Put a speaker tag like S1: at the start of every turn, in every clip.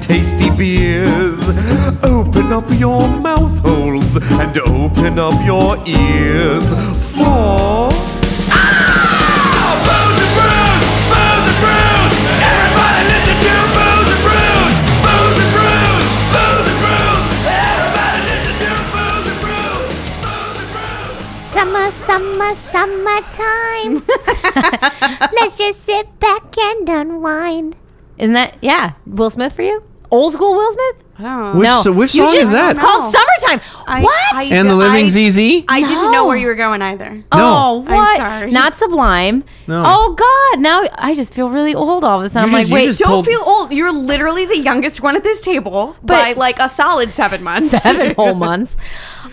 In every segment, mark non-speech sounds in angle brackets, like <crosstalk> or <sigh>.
S1: tasty beers. Open up your mouth holes and open up your ears for.
S2: Summer, summer,
S3: <laughs>
S2: summertime. Let's just sit back and unwind.
S3: Isn't that yeah? Will Smith for Uh, you? Old school Will Smith?
S4: Oh.
S5: Which,
S3: no.
S5: so which
S3: You
S5: song
S3: just-
S5: is that?
S3: It's
S2: Oh.
S3: called Oh, Summertime.
S4: I-
S3: what?
S4: I-
S5: and the Living
S4: I-
S5: ZZ?
S4: I didn't
S3: No.
S4: know where you were going either.
S3: oh,
S5: No.
S3: what?
S4: I'm sorry.
S3: Not Sublime.
S5: No.
S3: Oh God! Now I just feel really old all of a sudden.
S5: You
S3: I'm
S5: just-
S3: like,
S5: you
S3: wait,
S5: just-
S4: Don't
S5: pulled-
S4: feel old. You're literally the youngest one at this table
S3: But-
S4: by like a solid seven months.
S3: <laughs> seven whole months.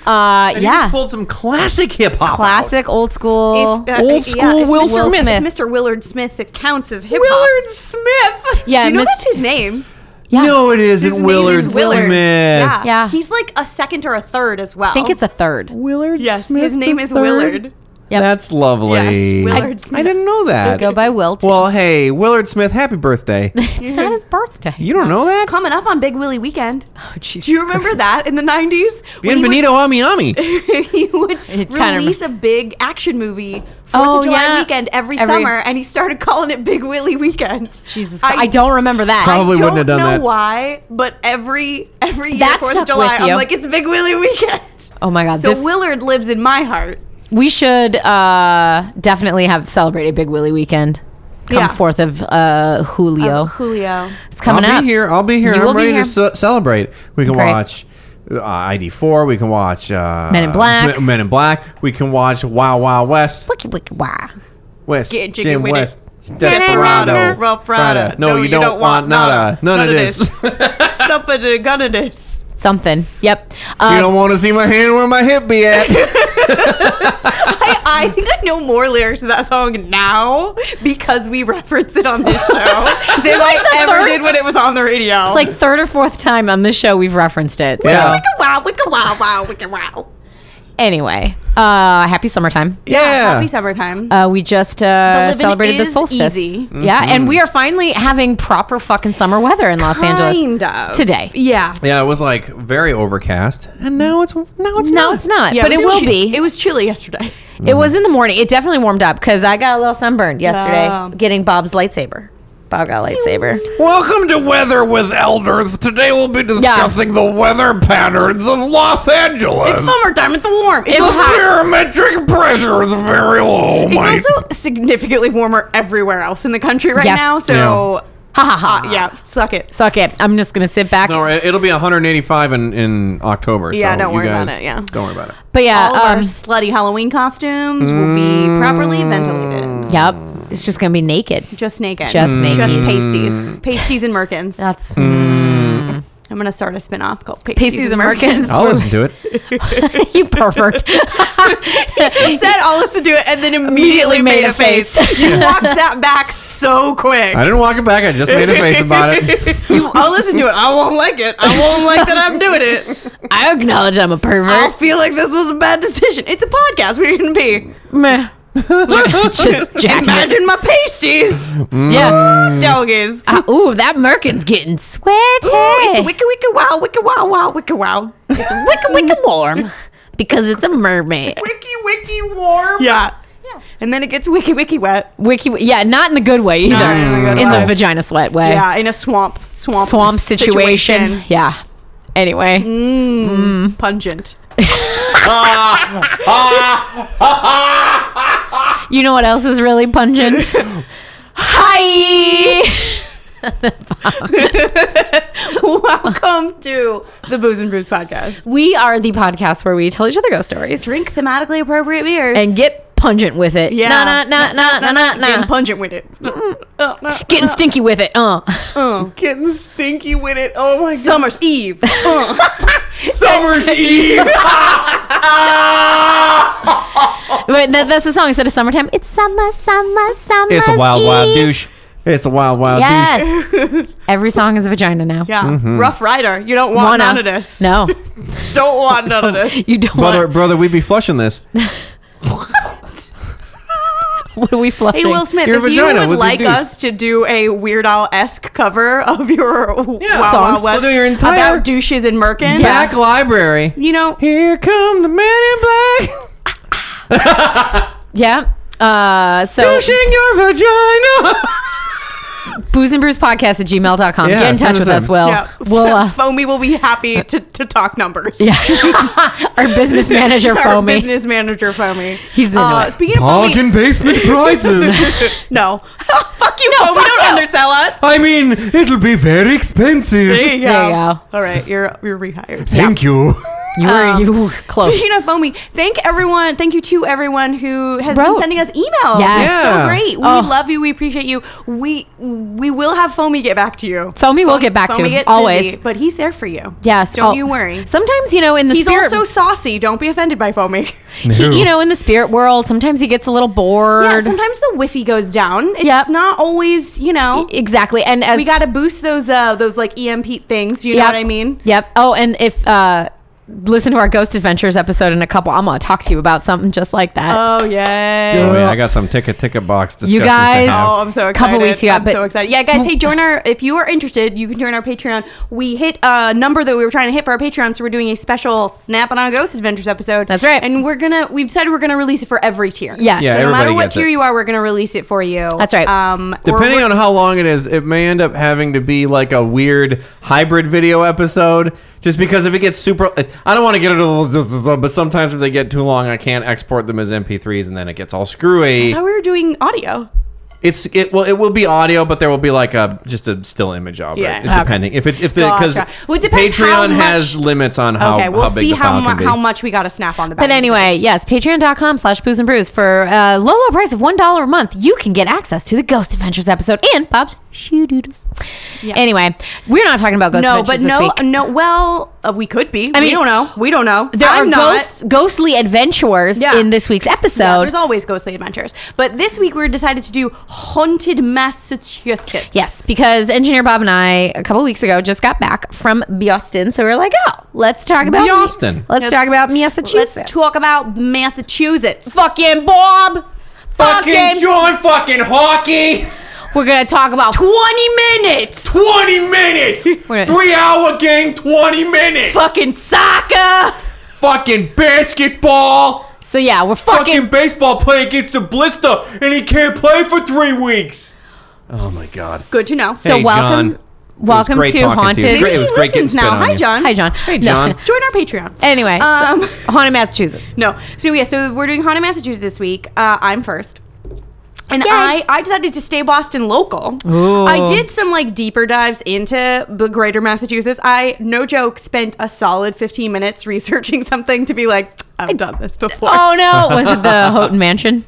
S3: Uh,
S5: And He
S3: yeah,
S5: just pulled some classic hip hop.
S3: classic old school.
S4: If, uh,
S5: Old
S4: yeah,
S5: school
S4: if
S5: Will
S4: Mr.
S5: Smith.
S4: Mr. Willard Smith it counts as hip hop.
S5: Willard Smith.
S3: yeah,
S4: You know
S3: Mr.
S4: that's his name.
S3: yeah.
S5: No, it isn't
S4: His name
S5: Willard,
S4: is Willard.
S5: Smith.
S4: Yeah.
S3: Yeah.
S4: He's like a second or a third as well.
S3: I think it's a third.
S5: Willard
S4: Yes,
S5: Smith.
S4: his name
S5: the
S4: is
S5: third?
S4: Willard.
S3: Yep.
S5: That's lovely.
S4: Yes, Willard
S5: I,
S4: Smith.
S5: I didn't know that.
S3: Go by Will. Too.
S5: Well, hey, Willard Smith, happy birthday.
S3: <laughs> it's not his birthday.
S5: You don't know that?
S4: Coming up on Big Willie Weekend.
S3: Oh, Jesus
S4: Do you remember
S3: Christ.
S4: that in the 90s? When he would-
S5: Bienvenido Ami Ami.
S4: <laughs> he would
S3: <laughs> It kinda
S4: release a big action movie Fourth
S3: Oh,
S4: of July
S3: yeah.
S4: weekend every,
S3: Every-
S4: summer, and he started calling it Big Willie Weekend.
S3: Jesus, Christ. I, don't remember that.
S5: Probably-
S4: I
S5: wouldn't
S4: don't
S5: have done
S4: know
S5: that.
S4: why, but every every year
S3: That
S4: Fourth
S3: stuck
S4: of July,
S3: with
S4: I'm
S3: you.
S4: like, it's Big Willie Weekend.
S3: oh my God!
S4: So
S3: this,
S4: Willard lives in my heart.
S3: we should uh, definitely have celebrated Big Willie weekend. Come
S4: Yeah.
S3: Fourth of uh, Julio.
S4: Julio. <laughs>
S3: it's coming
S5: I'll
S3: up.
S5: be here. I'll be here.
S3: You will
S5: I'm
S3: be
S5: ready
S3: here.
S5: to ce- celebrate. We can
S3: Great.
S5: watch uh, ID4. We can watch uh,
S3: Men in Black.
S5: Men, Men in Black. We can watch Wow Wow West.
S3: Wiki, wiki, wah.
S5: West.
S4: Get jiggy
S5: Jim
S4: with it.
S5: West. Desperado.
S4: Roll Prada.
S5: No, you don't want nada. None of this.
S4: Something to gun of this.
S3: Something. Yep.
S5: You
S3: Um,
S5: don't want to see my hand where my hip be at.
S4: <laughs> I, I think I know more lyrics to that song now because we reference it on this <laughs> show than
S3: like
S4: I
S3: the
S4: ever
S3: third-
S4: did when it was on the radio.
S3: It's like third or fourth time on this show we've referenced it. So
S5: Yeah.
S4: wow, wicka wow, wow, wicka wow.
S3: anyway, uh, happy summertime.
S5: Yeah.
S4: Happy summertime.
S3: Uh, we just uh,
S4: living
S3: celebrated the
S4: is
S3: solstice.
S4: easy.
S3: Yeah, and we are finally having proper fucking summer weather in Los Angeles.
S4: kind of.
S3: today.
S4: Yeah.
S5: Yeah, it was like very overcast, and now it's now it's
S3: No,
S5: not.
S3: it's not,
S4: yeah
S3: but it
S4: was
S3: will
S4: chi-
S3: be.
S4: It was chilly yesterday.
S3: It, was in the morning. It definitely warmed up because I got a little sunburned yesterday
S4: Wow.
S3: getting Bob's lightsaber. Bob got a lightsaber.
S5: Welcome to Weather with Elders. Today we'll be discussing the weather patterns of Los Angeles.
S4: summertime. It's warm. It's,
S5: the
S4: hot.
S5: barometric pressure is very low.
S4: It's
S5: Mike.
S4: also significantly warmer everywhere else in the country right
S3: Yes.
S4: now. So,
S3: Ha ha ha.
S4: uh, yeah, suck it.
S3: Suck it. I'm just going to sit back.
S5: no, it- it'll be 185 in, in October.
S4: Yeah,
S5: so
S4: don't
S5: you
S4: worry about
S5: guys
S4: it, yeah.
S5: don't worry about it.
S3: But yeah.
S4: All of our
S3: um,
S4: slutty Halloween costumes will be properly ventilated.
S3: yep. It's just going to be naked.
S4: Just naked.
S3: Just
S5: Mm.
S3: naked.
S4: Just pasties. Pasties and merkins.
S3: That's
S4: I'm going to start a spin off called Pasties,
S3: Pasties
S4: and
S3: Americans.
S5: I'll listen to it.
S3: <laughs> you pervert.
S4: He <laughs> said all this to do it and then immediately made, a face. <laughs> you walked that back so quick.
S5: I didn't walk it back. I just made a face about
S4: <laughs>
S5: it.
S4: You, I'll listen to it. I won't like it. I won't like that I'm doing <laughs> it.
S3: I acknowledge I'm a
S4: I'll
S3: pervert.
S4: feel like this was a bad decision. It's a podcast. We didn't be.
S3: Meh. <laughs> Just jacking it.
S4: Imagine my
S5: <laughs>
S4: pasties,
S3: Yeah.
S4: doggies.
S3: Uh, Mm. ooh, that merkin's getting sweaty.
S4: Ooh, it's wicka wicka wow, wicka wow wow, wicka wow. <laughs>
S3: <laughs> It's wicka wicka warm because it's a mermaid.
S5: Wiki, wiki, <laughs> warm.
S4: Yeah. yeah. And then it gets wiki wiki wet.
S3: Wiki, yeah, not in the good way either.
S4: in the
S5: Mm.
S4: good
S3: in the
S4: way.
S3: vagina sweat way.
S4: Yeah, in a swamp, swamp,
S3: Swamp situation. <laughs> Mm. Yeah. Anyway,
S4: situation. Pungent. <laughs>
S3: you know what else is really pungent? <laughs> Hi.
S4: Welcome to the Booze and Brews podcast.
S3: we are the podcast where we tell each other ghost stories
S4: Drink thematically appropriate beers
S3: and get pungent with it.
S4: Yeah.
S3: Nah, nah, nah, nah, nah, nah,
S4: Getting
S3: nah.
S4: pungent with it. Uh, uh,
S3: Getting stinky with it. Uh.
S4: uh.
S5: Getting stinky with it. Oh my god.
S4: Summer's
S3: <laughs>
S4: Eve. Uh.
S5: Summer's
S4: <laughs>
S5: Eve. <laughs>
S3: Wait, that, that's the song instead of summertime. It's summer, summer, summer.
S5: It's a wild, wild douche. It's a wild, wild douche.
S3: Yes.
S4: <laughs>
S3: Every song is a vagina now.
S4: Yeah. Rough Rider. You don't want
S3: Mm-hmm. Wanna.
S4: none of this. <laughs>
S3: No,
S4: Don't
S3: <laughs>
S4: want none of this.
S3: you don't.
S5: Brother,
S3: want-
S5: brother, we'd be flushing this.
S3: What are we flushing?
S4: Hey, Will Smith,
S1: Your
S4: if
S1: vagina
S4: you
S1: with
S4: would
S1: your
S4: like
S1: dude.
S4: us to do a Weird Al esque cover of your <laughs> yeah, Wild
S1: songs.
S4: Wild West
S1: We'll do your entire
S4: about douches and merkins,
S3: Yeah.
S1: Back library.
S4: you know,
S1: Here come the men in black.
S3: yeah. Uh,
S5: Oh.
S3: so
S1: Pushing your vagina.
S5: <laughs>
S3: booze and brews podcast at gmail.com.
S1: Yeah,
S3: Get in
S1: send
S3: touch with
S1: us in.
S3: us, Will.
S4: yeah,
S3: We'll,
S4: <laughs>
S3: uh,
S4: Foamy will be happy to, to talk numbers. Yeah,
S3: <laughs> our business manager,
S4: <laughs> Our
S3: Foamy.
S4: business manager Foamy.
S3: He's into
S4: uh,
S3: it.
S4: speaking of Foamy,
S1: Bargain basement <laughs> prices.
S4: <laughs> no, fuck you, Foamy. Don't undersell us.
S1: I mean, it'll be very
S4: There
S1: expensive.
S4: you go.
S3: There you go.
S4: All right, you're you're rehired.
S1: Thank you.
S5: <laughs>
S3: you were
S4: Um,
S3: you were
S4: <laughs>
S3: close.
S4: Speaking of foamy, thank everyone. Thank you to everyone who has
S3: Wrote.
S4: been sending us emails.
S3: Yes.
S4: It's
S1: Yeah.
S4: so great. We
S3: Oh.
S4: love you. We appreciate you. We we will have foamy get back to you.
S3: Foamy will get back to
S4: Foamy
S3: you.
S4: gets
S3: Always.
S4: busy, but he's there for you.
S3: Yes.
S4: Don't
S3: oh.
S4: you worry.
S3: Sometimes, you know, in the
S4: He's
S3: spirit,
S4: also saucy. Don't be offended by foamy.
S3: he, you know, in the spirit world, sometimes he gets a little bored.
S4: Yeah. Sometimes the whiffy goes down. It's
S3: Yep.
S4: not always. You know.
S3: exactly. And as
S4: we got to boost those uh those like EMP things. You know
S3: Yep.
S4: what I mean?
S3: Yep. Oh, and if uh listen to our Ghost Adventures episode in a couple, I'm gonna talk to you about something just like that.
S4: Oh yay.
S5: Oh, yeah, I got some ticket ticket box discussions. to
S3: guys-
S5: have.
S4: Oh, I'm so excited.
S3: Couple weeks you got,
S4: I'm
S3: but-
S4: so excited. Yeah, guys, hey, join our, if you are interested, you can join our Patreon. We hit a number that we were trying to hit for our Patreon, so we're doing a special Snap and On Ghost Adventures episode.
S3: That's right.
S4: And we're going to, we've decided we're going to release it for every tier.
S3: Yes. Yeah,
S4: So no matter
S5: everybody
S4: what
S5: gets it.
S4: tier you are, we're going to release it for you.
S3: That's right.
S4: Um, we're-
S5: Depending
S4: we're-
S5: on how long it is, it may end up having to be like a weird hybrid video episode. Just because if it gets super, I don't want to get it a little, but sometimes if they get too long, I can't export them as MP3s, and then it gets all screwy.
S4: how we were doing audio.
S5: It's it well, it will be audio, but there will be like a just a still image of
S4: Yeah.
S5: it, depending if it's if the because
S4: Gotcha. Well, it depends how
S5: Patreon
S4: much-
S5: has limits on how
S4: Okay, we'll
S5: how big
S4: see
S5: the
S4: how,
S5: file
S4: mu-
S5: can be.
S4: how much we got to snap on the back.
S3: But anyway, yes, patreon.com slash booze and brews for a low, low price of $1 a month. You can get access to the Ghost Adventures episode and Bob's Shoe Doodles. Anyway, we're not talking about Ghost
S4: No, but
S3: Adventures this
S4: no,
S3: week.
S4: no. Well, uh, we could be.
S3: I
S4: we
S3: mean,
S4: don't know. We don't know.
S3: There
S4: I'm
S3: are
S4: not.
S3: ghost, ghostly adventures
S4: Yeah.
S3: in this week's episode.
S4: Yeah, there's always ghostly adventures. But this week we decided to do haunted Massachusetts.
S3: Yes, because engineer Bob and I a couple weeks ago just got back from Boston, so we are like, oh, let's talk about
S5: Boston.
S3: Let's talk about Massachusetts.
S4: Let's talk about Massachusetts.
S3: fucking Bob.
S5: fucking
S3: Fucking.
S5: John fucking hockey.
S3: We're gonna talk about
S4: 20 minutes.
S5: 20 minutes!
S4: <laughs>
S3: Wait.
S5: Three hour game, 20 minutes!
S4: Fucking soccer.
S5: fucking basketball!
S3: So yeah, we're
S5: Fucking,
S3: fucking.
S5: baseball player gets a blister and he can't play for three weeks! Oh my god.
S4: Good to know.
S3: So welcome, welcome to haunted.
S4: great- it was great getting spit on you.
S3: Hi, John. Hey,
S5: John.
S4: Join our Patreon.
S3: <laughs> Anyway,
S4: Um,
S3: so, <laughs> haunted Massachusetts.
S4: <laughs> no. So yeah, so we're doing haunted Massachusetts this week. Uh, I'm first. And I, I decided to stay Boston local.
S3: Ooh.
S4: I did some like deeper dives into the greater Massachusetts. I, no joke, spent a solid 15 minutes <laughs> researching something to be like, I've done this before.
S3: Oh no, was it the Houghton Mansion?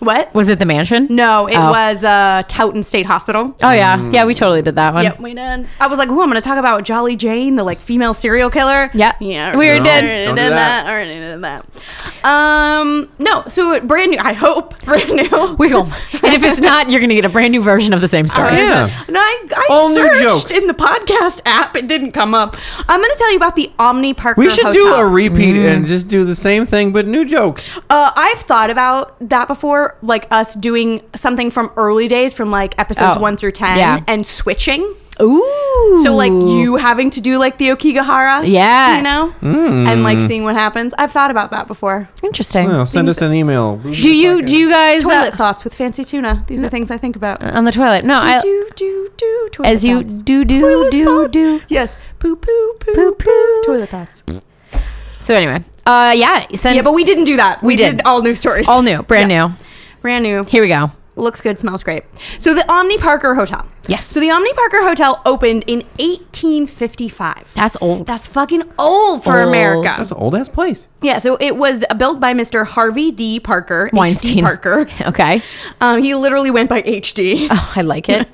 S4: What?
S3: Was it the mansion?
S4: No, it
S3: Oh.
S4: was uh, Towton State Hospital.
S3: Oh yeah, yeah, we totally did that one.
S4: Yep, we did. I was like, "Ooh, I'm gonna talk about Jolly Jane, the like female serial killer."
S3: Yep.
S4: yeah,
S3: We
S4: already
S3: were
S4: did.
S3: dead.
S4: Already
S5: Don't do
S4: did
S5: that.
S4: that. Already did that. Um, no. So brand new. I hope <laughs> brand new.
S3: <laughs> We go. and if it's not, you're gonna get a brand new version of the same
S4: Oh,
S3: story.
S5: yeah.
S4: No, I, I
S5: All new
S4: searched
S5: jokes.
S4: in the podcast app. It didn't come up. I'm gonna tell you about the Omni Parker.
S5: We should do
S4: Hotel.
S5: a repeat and
S3: Mm.
S5: just do the same thing but new jokes.
S4: Uh, I've thought about that before, like us doing something from early days, from like episodes
S3: Oh,
S4: one through ten,
S3: yeah.
S4: and switching.
S3: Ooh.
S4: So like you having to do like the Okigahara,
S3: Yes.
S4: you know,
S5: Hmm.
S4: and like seeing what happens. I've thought about that before.
S3: Interesting.
S5: Well, send us an email.
S3: do you do you guys
S4: Toilet
S3: uh,
S4: thoughts with fancy tuna. These are things I think about.
S3: on the toilet? No, I
S4: do do do toilet
S3: as you
S4: thoughts.
S3: do do
S4: Toilet
S3: do
S4: thoughts.
S3: do
S4: Yes, poo poo poo
S3: poo
S4: poo.
S3: poo.
S4: Toilet thoughts.
S3: So anyway, uh, yeah, send
S4: Yeah, but we didn't do that. We,
S3: did.
S4: did. all new stories.
S3: all new, brand
S4: Yeah.
S3: new.
S4: Brand new.
S3: Here we go.
S4: Looks good, smells great. So the Omni Parker Hotel.
S3: Yes.
S4: So the Omni Parker Hotel opened in 1855.
S3: That's old.
S4: That's fucking old for
S3: Old.
S4: America.
S5: That's an old ass place.
S4: Yeah, so it was built by Mr. Harvey D. Parker,
S3: Weinstein. <laughs>
S4: Weinstein Parker.
S3: Okay.
S4: Um, he literally went by HD.
S3: Oh, I like
S4: <laughs>
S3: it.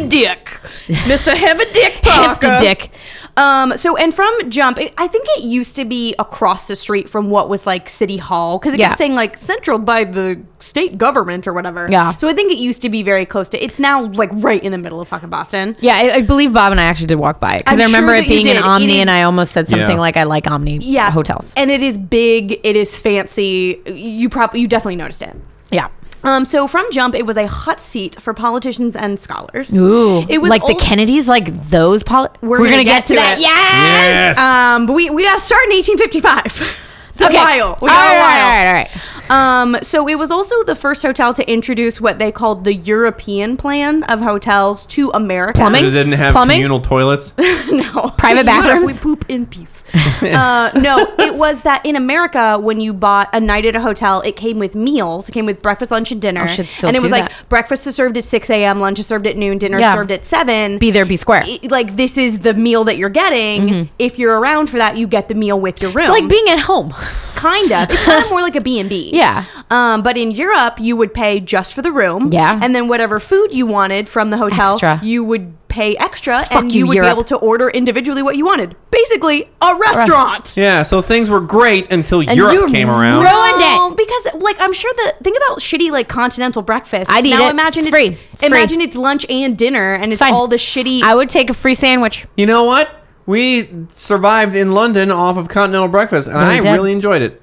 S3: <laughs>
S4: Dick, Mr. Heavy Dick
S3: Um, Hefty
S4: Parker.
S3: dick.
S4: Um, so and from Jump, it, I think it used to be across the street from what was like City Hall because it
S3: Yeah.
S4: kept saying like central by the state government or whatever.
S3: Yeah.
S4: So I think it used to be very close to. It's now like right in the middle of fucking Boston.
S3: Yeah, I, I believe Bob and I actually did walk by it because
S4: I'm
S3: I remember
S4: sure
S3: it
S4: that you
S3: being an
S4: did. It
S3: Omni,
S4: is-
S3: and I almost said something
S5: Yeah.
S3: like, "I like Omni
S4: Yeah.
S3: hotels."
S4: And it is big. It is fancy. You probably you definitely noticed it.
S3: Yeah.
S4: Um, so from Jump, it was a hot seat for politicians and scholars.
S3: Ooh,
S4: it was
S3: like the
S4: also-
S3: Kennedys, like those. Poli- we're, gonna, get, to, that.
S4: it.
S3: Yeah.
S5: Yes.
S4: Um, but we we got to start in 1855. It's a while. We got
S3: all,
S4: a
S3: right,
S4: while.
S3: all right, all right.
S4: Um, so it was also the first hotel to introduce what they called the European plan of hotels to America.
S3: Plumbing?
S5: It didn't have
S3: Plumbing?
S5: communal
S3: <laughs>
S5: toilets.
S4: <laughs> no. <laughs>
S3: Private
S4: Europe,
S3: bathrooms?
S4: we poop
S3: <laughs>
S4: in peace. uh, no, it was that in America, when you bought a night at a hotel, it came with meals. It came with breakfast, lunch, and dinner.
S3: I should Oh, still
S4: and it
S3: do
S4: was
S3: that.
S4: like breakfast is served at 6 a.m., lunch is served at noon, dinner
S3: Yeah.
S4: is served at 7.
S3: Be there, be square.
S4: It- like this is the meal that you're getting. If you're around for that, you get the meal with your room.
S3: It's like being at home.
S4: kind of. It's kind of more like a B&B.
S3: <laughs> Yeah.
S4: Um, but in Europe, you would pay just for the room.
S3: Yeah.
S4: And then whatever food you wanted from the hotel,
S3: Extra.
S4: you would pay extra and
S3: you,
S4: you, would
S3: Europe.
S4: be able to order individually what you wanted. Basically, a restaurant.
S5: yeah, so things were great until
S3: And you
S5: Europe came around.
S3: ro- Ruined
S4: No, because like I'm sure the think about shitty like continental breakfasts.
S3: I'd eat
S4: now
S3: it.
S4: imagine
S3: It's
S4: it's,
S3: free. It's free.
S4: imagine it's lunch and dinner and it's,
S3: fine.
S4: all the shitty
S3: I would take a free sandwich.
S5: you know what? We survived in London off of continental breakfast, and
S3: Really
S5: I
S3: did.
S5: really enjoyed it.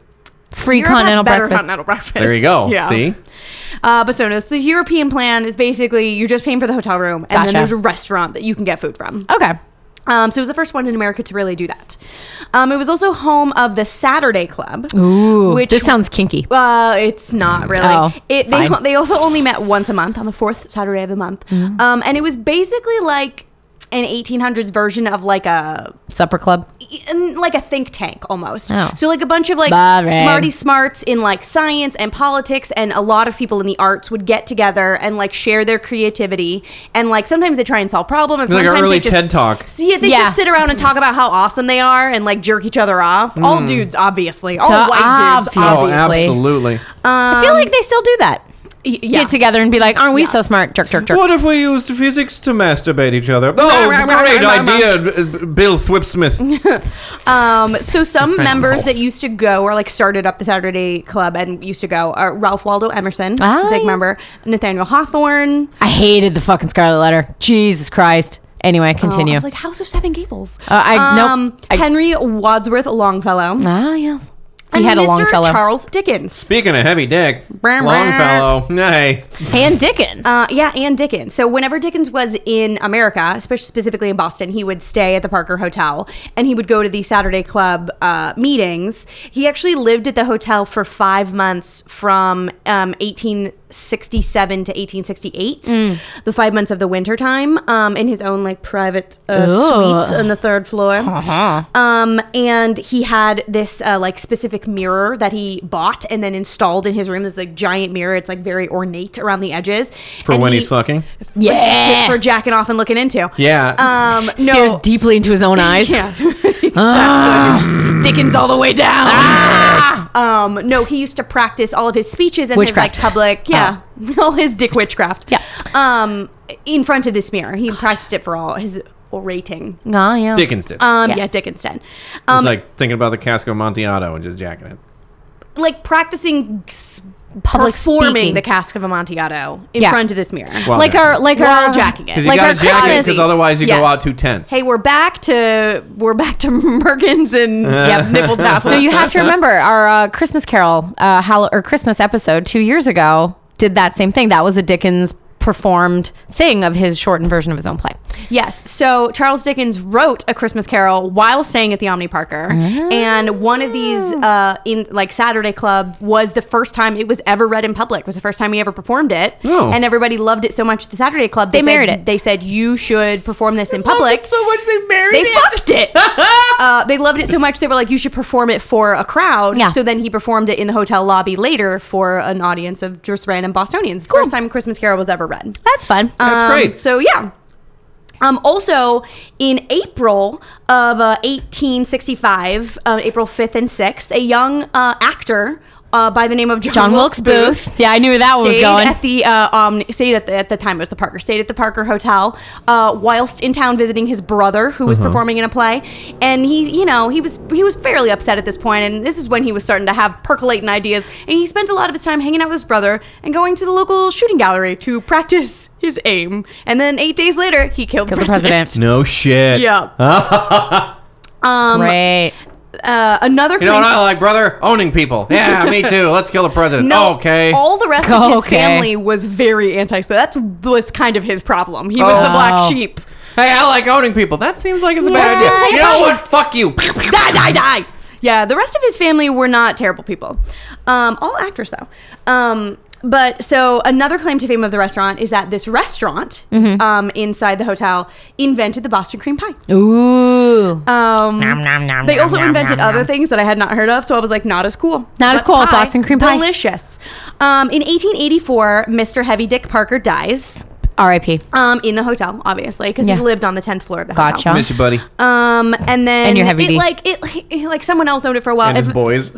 S3: Free
S4: Europe has
S3: continental
S4: better
S3: breakfast.
S4: continental breakfast.
S5: There you go.
S4: <laughs> Yeah.
S5: See,
S4: Uh, but so no, so the European plan is basically you're just paying for the hotel room, and
S3: Gotcha.
S4: then there's a restaurant that you can get food from.
S3: Okay.
S4: Um, so it was the first one in America to really do that. Um, it was also home of the Saturday Club.
S3: Ooh,
S4: Which-
S3: this sounds kinky.
S4: Uh, it's not really.
S3: Oh,
S4: it, they,
S3: fine.
S4: they also only met once a month on the fourth Saturday of the month.
S3: Mm.
S4: Um, and it was basically like an 1800s version of like a
S3: Supper club.
S4: in, like a think tank almost.
S3: Oh.
S4: So like a bunch of like
S3: Boring.
S4: smarty smarts in like science and politics and a lot of people in the arts would get together and like share their creativity and like sometimes they try and solve problems and
S5: it's like
S4: sometimes
S5: an early
S4: they just
S5: TED talk.
S4: See, yeah, they
S3: Yeah.
S4: just sit around and talk about how awesome they are and like jerk each other off. All dudes, obviously. All
S3: Duh,
S4: white dudes,
S3: obviously.
S5: Oh,
S4: obviously.
S5: absolutely.
S3: I feel like they still do that.
S4: Y- Um, yeah.
S3: Get together and be like, "Aren't we so smart?" Jerk, jerk, jerk.
S5: What if we used physics to masturbate each other? Oh, great idea, B- Bill Thwipsmith.
S4: Um, so some members that used to go or like started up the Saturday Club and used to go are Ralph Waldo Emerson,
S3: Ah,
S4: big
S3: yes.
S4: member, Nathaniel Hawthorne.
S3: I hated the fucking Scarlet Letter. Jesus Christ. Anyway,
S4: Oh, I
S3: continue.
S4: was like House of Seven Gables. Um,
S3: Uh, I- nope. I-
S4: Henry Wadsworth Longfellow.
S3: ah, yes. He
S4: And
S3: had a
S4: Mr.
S3: long fellow.
S4: Charles Dickens.
S5: Speaking of heavy dick,
S4: Brr, brr.
S5: Longfellow. Hey,
S3: and Dickens.
S4: Uh, yeah, and Dickens. So whenever Dickens was in America, especially specifically in Boston, he would stay at the Parker Hotel and he would go to the Saturday Club uh, meetings. He actually lived at the hotel for five months from um, 1867 to 1868, the five months of the winter time, um, in his own like private uh,
S3: Ooh.
S4: suite on the third floor.
S5: Uh-huh.
S4: Um, and he had this uh, like specific mirror that he bought and then installed in his room. This like giant mirror. It's like very ornate around the edges.
S5: for
S4: And
S5: when
S4: he-
S5: he's fucking.
S3: yeah.
S4: to- for jacking off and looking into.
S5: Yeah.
S4: Um, no.
S3: Stares deeply into his <laughs> own eyes.
S4: Yeah. <laughs> exactly.
S5: Ah.
S4: Dickens all the way down. Um, no, he used to practice all of his speeches and
S3: Ah. Witchcraft. Oh.
S4: his like public, yeah, <laughs> all his dick witchcraft.
S3: Yeah.
S4: Um, in front of this mirror, he practiced it for all his orating.
S3: Ah, yeah.
S5: Dickens did.
S4: Um,
S3: Yes.
S4: yeah, Dickens did.
S5: it's
S4: Um, like,
S5: like thinking about the Casco Amontillado and just jacking it.
S4: practicing s-
S3: Public
S4: performing
S3: speaking.
S4: the cask of Amontillado in
S3: Yeah.
S4: front of this mirror.
S5: Wow.
S3: Like our like
S4: While
S3: our
S4: jacking it.
S5: Because you
S3: Like our
S5: gotta jack it,
S3: Christmas-
S5: because otherwise you go
S4: Yes.
S5: out too tense.
S4: Hey, we're back to we're back to <laughs> Merkins
S5: <laughs>
S4: and yeah, nipple tassel.
S3: No, you have to remember our uh, Christmas Carol, uh, Hall- or Christmas episode two years ago did that same thing. That was a Dickens performed thing of his shortened version of his own play.
S4: Yes. So Charles Dickens wrote A Christmas Carol while staying at the Omni Parker,
S3: Oh.
S4: and one of these uh, in like Saturday Club was the first time it was ever read in public. Was the first time he ever performed it,
S5: Oh.
S4: and everybody loved it so much. at The Saturday Club
S3: They
S4: said-
S3: married it.
S4: They said you should perform this in public.
S5: so much they married
S4: They
S3: <laughs>
S4: fucked it. uh, they loved it so much they were like, "You should perform it for a crowd."
S3: Yeah.
S4: So then he performed it in the hotel lobby later for an audience of just random Bostonians. First time Christmas Carol was ever read.
S3: That's fun.
S5: That's
S4: Um,
S5: great.
S4: So yeah. Um, also, in April of uh, 1865, uh, April 5th and 6th, a young uh, actor uh, by the name of John,
S3: John Wilkes Booth. Yeah, I knew that one was
S4: stayed
S3: going.
S4: At the, uh, um, stayed at the, at the time, it was the Parker, stayed at the Parker Hotel uh, whilst in town visiting his brother who
S5: Uh-huh.
S4: was performing in a play. And he, you know, he was, he was fairly upset at this point, And this is when he was starting to have percolating ideas. And he spent a lot of his time hanging out with his brother and going to the local shooting gallery to practice his aim. And then eight days later, he killed, <laughs>
S3: the president.
S5: No shit.
S4: Yeah.
S3: Great.
S4: uh, another
S5: You know what
S4: print-
S5: I like, brother? Owning
S4: <laughs>
S5: people. Yeah, me too. Let's kill the president.
S4: No,
S5: okay.
S4: All the rest of his
S3: Okay.
S4: family was very anti. That was kind of his problem. He was the
S3: Oh.
S4: black sheep.
S5: hey, I like owning people. That seems like it's a bad
S4: Yeah.
S5: idea. You know what? Fuck you.
S3: <laughs>
S4: die, die, die. Yeah, the rest of his family were not terrible people. Um, all actors, though. Um, but so another claim to fame of the restaurant is that this restaurant
S3: Mm-hmm.
S4: um, inside the hotel invented the Boston cream pie.
S3: Ooh.
S4: Um,
S6: nom, nom,
S4: they
S6: nom,
S4: also
S6: nom,
S4: invented
S6: nom,
S4: other
S6: nom.
S4: things that I had not heard of, so I was like, not as cool.
S3: Not as cool, Boston cream pie.
S4: Delicious. Um, in 1884, Mr. Heavy Dick Parker dies
S3: R.I.P.
S4: um, in the hotel, obviously, because
S3: Yeah.
S4: he lived on the 10th floor of the
S3: Gotcha.
S4: hotel.
S5: Miss you, buddy.
S4: Um, and then
S3: And your Heavy
S4: it,
S3: D.
S4: like it, it- like someone else owned it for a while.
S5: And his
S4: Ev-
S5: boys.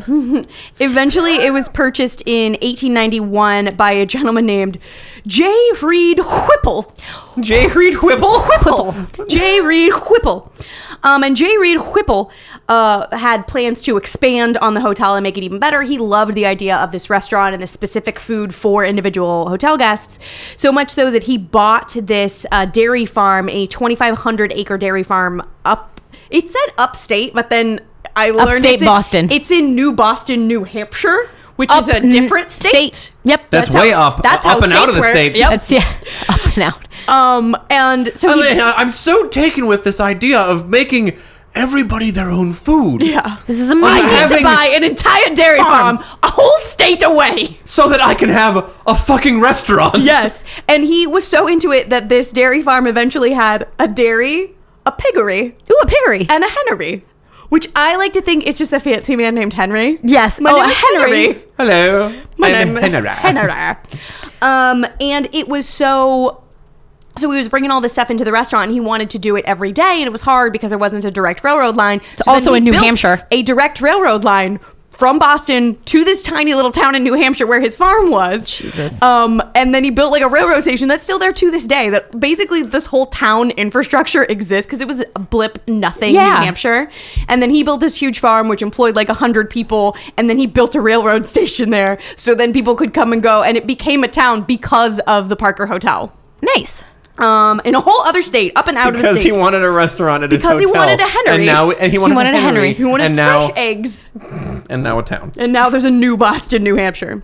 S4: Eventually, it was purchased in 1891 by a gentleman named J. Reed Whipple.
S5: J. Reed Whipple.
S4: Whipple.
S5: <laughs>
S4: J. Reed Whipple. Um, and J. Reed Whipple uh, had plans to expand on the hotel and make it even better. He loved the idea of this restaurant and this specific food for individual hotel guests, so much so that he bought this uh, dairy farm, a 2,500 acre dairy farm up. It said upstate, but then I learned
S3: Upstate
S4: it's in-
S3: Boston.
S4: it's in New Boston, New Hampshire, which is a
S3: Up-
S4: different state.
S3: Yep.
S5: That's,
S4: how-
S5: way up.
S4: that's how
S5: up and out of the
S4: states work.
S5: state.
S4: Yep.
S3: That's yeah. Up and out.
S4: Um, and so
S5: And
S4: he,
S5: then I'm so taken with this idea of making everybody their own food.
S4: <laughs> yeah.
S3: This is
S4: I
S3: amazing.
S4: need
S5: having-
S4: to buy an entire dairy farm. a whole state away.
S5: So that I can have a fucking restaurant.
S4: Yes. And he was so into it that this dairy farm eventually had a dairy, a piggery,
S3: Ooh, a piggery.
S4: and a hennery, which I like to think is just a fancy man named Henry.
S3: Yes.
S4: My
S3: Oh,
S4: name
S3: a
S4: is
S3: hennery.
S4: Henry.
S5: Hello.
S4: My
S5: I'm
S4: name-
S5: Henry.
S4: Henry. Um, and it was so. So he was bringing all this stuff into the restaurant, and he wanted to do it every day, and it was hard because there wasn't a direct railroad line. It's
S3: also in New Hampshire.
S4: a direct railroad line from Boston to this tiny little town in New Hampshire where his farm was.
S3: Jesus.
S4: Um, and then he built like a railroad station that's still there to this day. That basically this whole town infrastructure exists because it was a blip, nothing,
S3: Yeah.
S4: New Hampshire. And then he built this huge farm which employed like hundred people, and then he built a railroad <laughs> station there, so then people could come and go, and it became a town because of the Parker Hotel.
S3: nice.
S4: Um, in a whole other state, up and out
S5: <laughs>
S4: of
S5: Because
S4: the
S5: he
S4: state.
S5: wanted a restaurant at
S4: Because he
S5: his hotel.
S4: wanted a Henry.
S5: And now and he wanted,
S3: wanted
S5: a
S3: a
S5: Henry.
S3: Henry.
S4: he wanted
S5: and
S4: fresh
S5: now,
S4: eggs.
S5: And now a town.
S4: And now there's a new Boston, New Hampshire.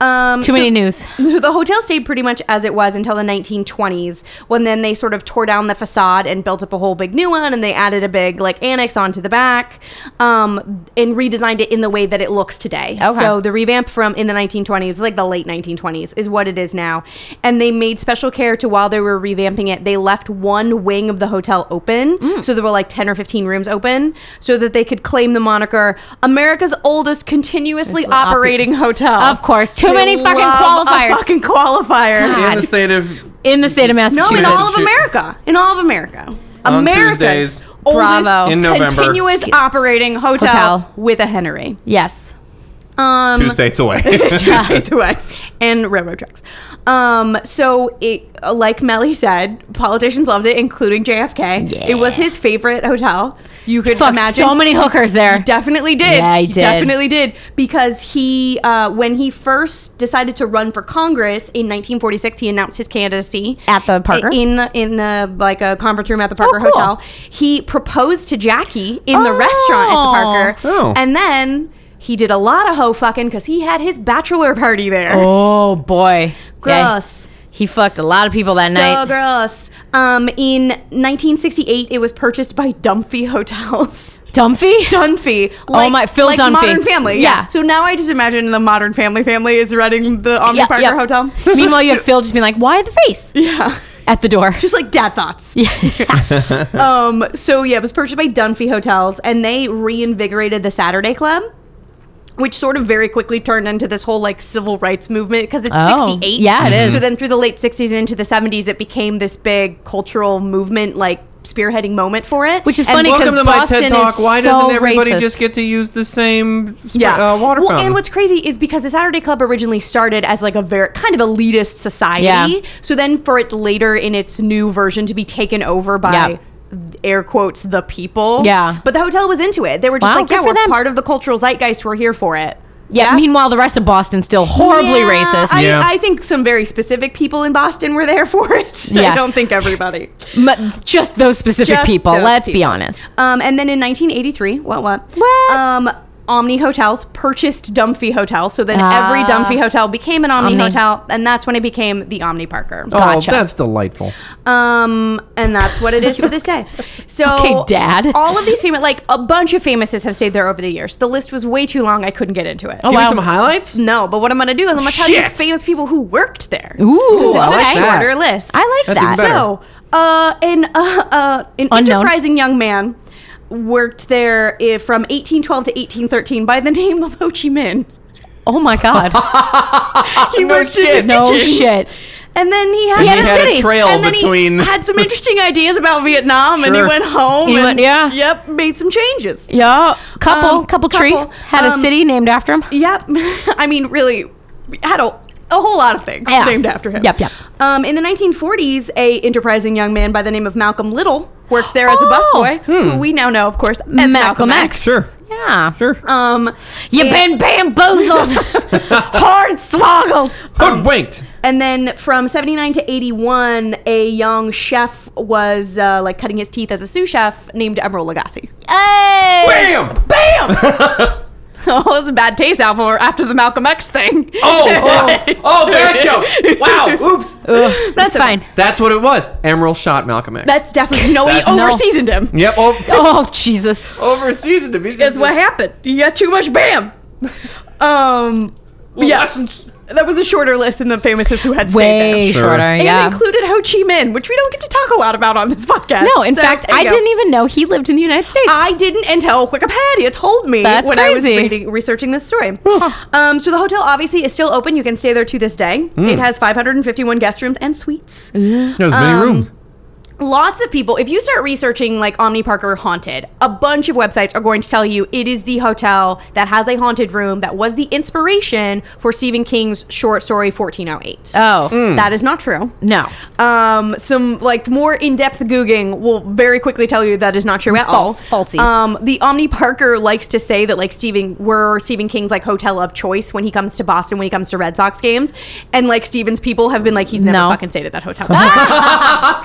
S4: Um,
S3: Too many news.
S4: So <laughs> the hotel stayed pretty much as it was until the 1920s, when then they sort of tore down the facade and built up a whole big new one, and they added a big like annex onto the back, um, and redesigned it in the way that it looks today.
S3: Okay.
S4: So the revamp from in the 1920s, like the late 1920s, is what it is now. And they made special care to while they were revamping it, they left one wing of the hotel open,
S3: Mm.
S4: so there were like 10 or 15 rooms open, so that they could claim the moniker America's oldest continuously
S3: It's the oper-
S4: operating hotel.
S3: Of course. Too
S4: They
S3: many fucking
S4: love a
S3: qualifiers.
S4: fucking qualifier.
S5: In the state of
S3: In the state of
S4: No,
S3: Massachusetts.
S4: in all of
S5: Massachusetts.
S4: America. In all of America.
S5: On
S4: America's
S5: Tuesdays.
S4: oldest
S3: Bravo.
S5: In November.
S4: continuous operating hotel,
S3: Hotel.
S4: with a Henry. <laughs>
S3: yes.
S4: Um,
S5: two states
S4: <laughs>
S5: away.
S4: two states away and railroad tracks. Um, so it, like Melly said, politicians loved it, including JFK. It was his favorite hotel. You could
S3: Fuck
S4: imagine
S3: so many hookers there.
S4: Definitely did.
S3: Yeah, he did.
S4: Definitely did because he, uh, when he first decided to run for Congress in 1946, he announced his candidacy
S3: At the Parker? Oh,
S4: in the in the like a conference room at the Parker
S3: cool.
S4: Hotel. He proposed to Jackie in the restaurant at the Parker,
S5: Oh.
S4: and then. He did a lot of hoe fucking because he had his bachelor party there.
S3: Oh boy. Yeah.
S4: Gross.
S3: He fucked a lot of people that
S4: So
S3: night.
S4: gross. Um, in 1968, it was purchased by Dumphy Hotels.
S3: Dumphy?
S4: Dunphy.
S3: Oh, my- Phil
S4: like
S3: Dunphy.
S4: Modern Family. Yeah.
S3: Yeah.
S4: So now I just imagine the Modern Family family is running the Omni
S3: Yeah,
S4: Parker
S3: yeah.
S4: Hotel.
S3: <laughs> Meanwhile, you have Phil just being like, "Why the face?"
S4: yeah.
S3: At the door. <laughs>
S4: Just like dad thoughts. Um. So yeah, it was purchased by Dunphy Hotels, and they reinvigorated the Saturday Club. Which sort of very quickly turned into this whole like civil rights movement because it's
S3: Oh,
S4: 68.
S3: yeah, it is.
S4: So then through the late 60s and into the 70s, it became this big cultural movement, like spearheading moment for it.
S3: Which is
S4: And
S3: funny
S5: Welcome to
S3: because
S5: my
S3: Boston
S5: TED Talk.
S3: is
S5: Why
S3: so
S5: doesn't everybody
S3: racist.
S5: just get to use the same sp-
S4: yeah.
S5: uh, water
S4: well,
S5: fountain?
S4: And what's crazy is because the Saturday Club originally started as like a very kind of elitist society.
S3: Yeah.
S4: So then for it later in its new version to be taken over by
S3: Yeah.
S4: air quotes the people.
S3: Yeah.
S4: But the hotel was into it. They were just
S3: Wow,
S4: like,
S3: good
S4: yeah,
S3: for
S4: we're
S3: them.
S4: part of the cultural zeitgeist. We're here for it.
S3: Yeah.
S4: Yeah.
S3: Meanwhile, the rest of Boston's still horribly
S4: Yeah,
S3: racist.
S4: I,
S5: Yeah.
S4: I think some very specific people in Boston were there for it. <laughs>
S3: Yeah.
S4: I don't think everybody.
S3: M- just those specific
S4: Just
S3: people.
S4: those
S3: Let's be
S4: people.
S3: honest.
S4: Um, and then in 1983, what what?
S3: What?
S4: Um, Omni Hotels purchased Dumfee Hotel, so then
S3: Ah.
S4: every Dumfee Hotel became an Omni,
S3: Omni.
S4: Hotel, and that's when it became the Omni Parker.
S3: Gotcha.
S5: Oh, that's delightful.
S4: Um, and that's what it is to this day. So,
S3: Okay, Dad.
S4: all of these famous, like a bunch of famouses, have stayed there over the years. The list was way too long; I couldn't get into it.
S3: Oh,
S5: Give me
S3: wow.
S5: some highlights.
S4: No, but what I'm gonna do is I'm gonna tell you
S5: Shit.
S4: famous people who worked there.
S3: Ooh,
S4: it's
S3: I like
S4: a
S5: that.
S4: shorter list.
S3: I like
S5: That's even
S3: that.
S5: better.
S4: So, uh, an uh, uh, an
S3: Unknown.
S4: enterprising young man worked there i- from 1812 to 1813 by the <laughs> name of Ho Chi Minh.
S3: Oh my God.
S4: He
S5: No
S4: worked in
S5: shit.
S4: the
S3: No
S4: kitchens.
S3: shit.
S4: And then he had,
S3: He had a
S4: and
S3: had a city.
S5: trail
S4: then he
S5: between-
S4: had some interesting ideas about Vietnam, and he
S5: Sure.
S4: went home.
S3: He
S4: and,
S3: went- yeah.
S4: Yep. Made some changes.
S3: yeah. Couple,
S4: Um,
S3: couple tree
S4: couple.
S3: had a
S4: Um,
S3: city named after him.
S4: Yep. <laughs> I mean, really, had a, a whole lot of things
S3: Yeah.
S4: named after him.
S3: Yep, yep.
S4: Um, in the 1940s, a enterprising young man by the name of Malcolm Little worked there as a
S3: <gasps> Oh.
S4: busboy, who we now know, of course, as Malcolm, X.
S5: Sure.
S3: Yeah.
S5: Sure.
S4: Um,
S3: You've been
S5: <laughs>
S3: bamboozled, hornswoggled.
S4: um,
S5: Hoodwinked.
S4: and then from 79 to 81, a young chef was uh, like cutting his teeth as a sous chef named Emeril Lagasse.
S3: Hey.
S5: Bam.
S4: Bam! <laughs> oh, it was a bad taste after, after the Malcolm X thing. <laughs>
S5: Oh, oh, oh, bad joke. Wow. Oops.
S3: That's fine.
S5: That's what it was. Emerald shot Malcolm X.
S4: That's definitely, no, he
S5: That's-
S3: No.
S4: overseasoned him.
S5: yep. Oh,
S3: Oh Jesus.
S5: overseas in the business.
S4: That's what happened. You got too much
S3: <laughs>
S4: bam. Um, yeah.
S5: Lessons.
S4: that was a shorter list than the famouses who had stayed there.
S3: Way
S5: Sure.
S3: shorter.
S4: And
S3: Yeah.
S4: it included Ho Chi Minh, which we don't get to talk a lot about on this podcast.
S3: no, in
S4: So,
S3: fact,
S4: there you
S3: I
S4: go.
S3: didn't even know he lived in the United States.
S4: I didn't until Wikipedia told me
S3: That's
S4: when I was
S3: crazy.
S4: reading, researching this story. um, so the hotel obviously is still open. You can stay there to this day.
S3: Hmm.
S4: It has 551 guest rooms and suites.
S5: There's many
S4: Um,
S5: rooms.
S4: lots of people if you start researching like omni parker haunted a bunch of websites are going to tell you it is the hotel that has a haunted room that was the inspiration for stephen king's short story 1408
S3: oh
S5: Mm.
S4: that is not true
S3: no.
S4: um, some like more in-depth googling will very quickly tell you that is not true at
S3: False-
S4: all.
S3: falsies.
S4: Um, the Omni Parker likes to say that like Stephen were Stephen King's like hotel of choice when he comes to Boston when he comes to Red Sox games, and like Stephen's people have been like he's never
S3: No.
S4: fucking stayed at that hotel.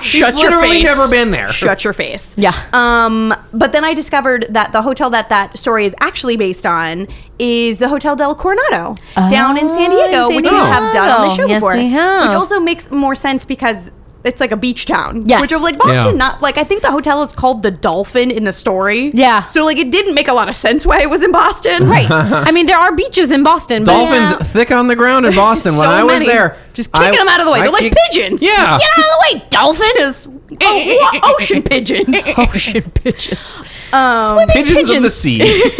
S4: <laughs> Shut your
S5: literally
S4: face.
S5: never been there.
S4: Shut your face.
S3: Yeah.
S4: Um, but then I discovered that the hotel that that story is actually based on is the Hotel Del Coronado down in San
S3: Oh, in
S4: Diego,
S3: San
S4: which we have done on the show
S3: Diego. Yes,
S4: before,
S3: we have.
S4: which also also makes more sense because it's like a beach town.
S3: Yes.
S4: Which are like
S5: Yeah.
S4: Boston, not like I think the hotel is called the Dolphin in the story.
S3: Yeah.
S4: So like it didn't make a lot of sense why it was in Boston.
S3: Right. I mean, there are beaches in Boston. but-
S5: Uh-huh. Dolphins
S3: Yeah.
S5: thick on the ground
S4: <laughs>
S5: in Boston when
S4: So
S5: I was
S4: many.
S5: there.
S4: Just kicking
S5: I-
S4: them out of the way.
S5: I
S4: They're like
S5: kick-
S4: pigeons.
S5: Yeah.
S3: Get out of the way, Eh, dolphin.
S4: Yes. Oh, wa- ocean
S3: eh,
S4: pigeons.
S3: Ocean pigeons.
S4: Um,
S5: Pigeons, of the sea.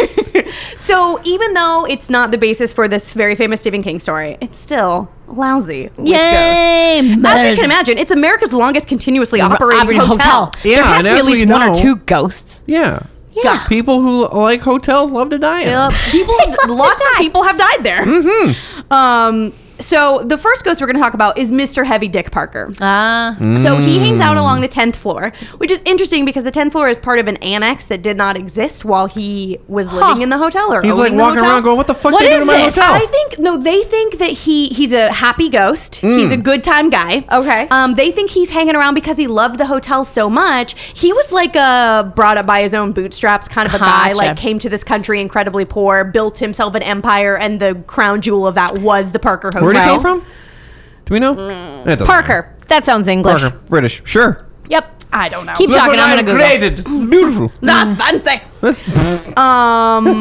S4: so even though it's not the basis for this very famous Stephen King story, it's still lousy. with ghosts.
S3: Yay!
S4: As you can imagine, it's America's longest continuously operating,
S3: operating
S4: hotel.
S3: hotel.
S5: Yeah,
S3: there
S5: and
S3: has to be
S5: as
S3: at least
S5: we
S3: one or
S5: know-
S3: two ghosts.
S5: yeah.
S4: <laughs> Yeah.
S5: People who like hotels love to die in.
S4: Uh,
S5: them.
S4: <laughs> people, lots of people have died there.
S5: Mm-hmm.
S4: Um, so the first ghost we're going to talk about is Mr. Heavy Dick Parker.
S3: Ah,
S4: So
S5: Mm.
S4: he hangs out along the 10th floor, which is interesting because the 10th floor is part of an annex that did not exist while he was living in the hotel or
S5: He's like
S4: owning the
S5: walking
S4: hotel.
S5: around going, "What the fuck
S3: What
S5: they
S3: is
S5: doing in my
S3: this?
S5: hotel?"
S4: I think no. They think that he he's a happy ghost. He's a good time guy.
S3: Okay.
S4: Um, they think he's hanging around because he loved the hotel so much. He was like a brought up by his own bootstraps kind of a guy.
S3: Gotcha.
S4: Like came to this country incredibly poor, built himself an empire, and the crown jewel of that was the Parker Hotel.
S5: Where'd he come from? Do we know?
S4: Mm.
S5: That doesn't
S3: Parker. That sounds English.
S5: matter. Parker. British. Sure.
S3: Yep.
S4: I don't know.
S3: Keep
S5: Look
S3: talking.
S5: what
S3: I'm
S5: I
S3: gonna Google.
S5: created. It's beautiful.
S4: That's fancy.
S5: <laughs>
S4: um,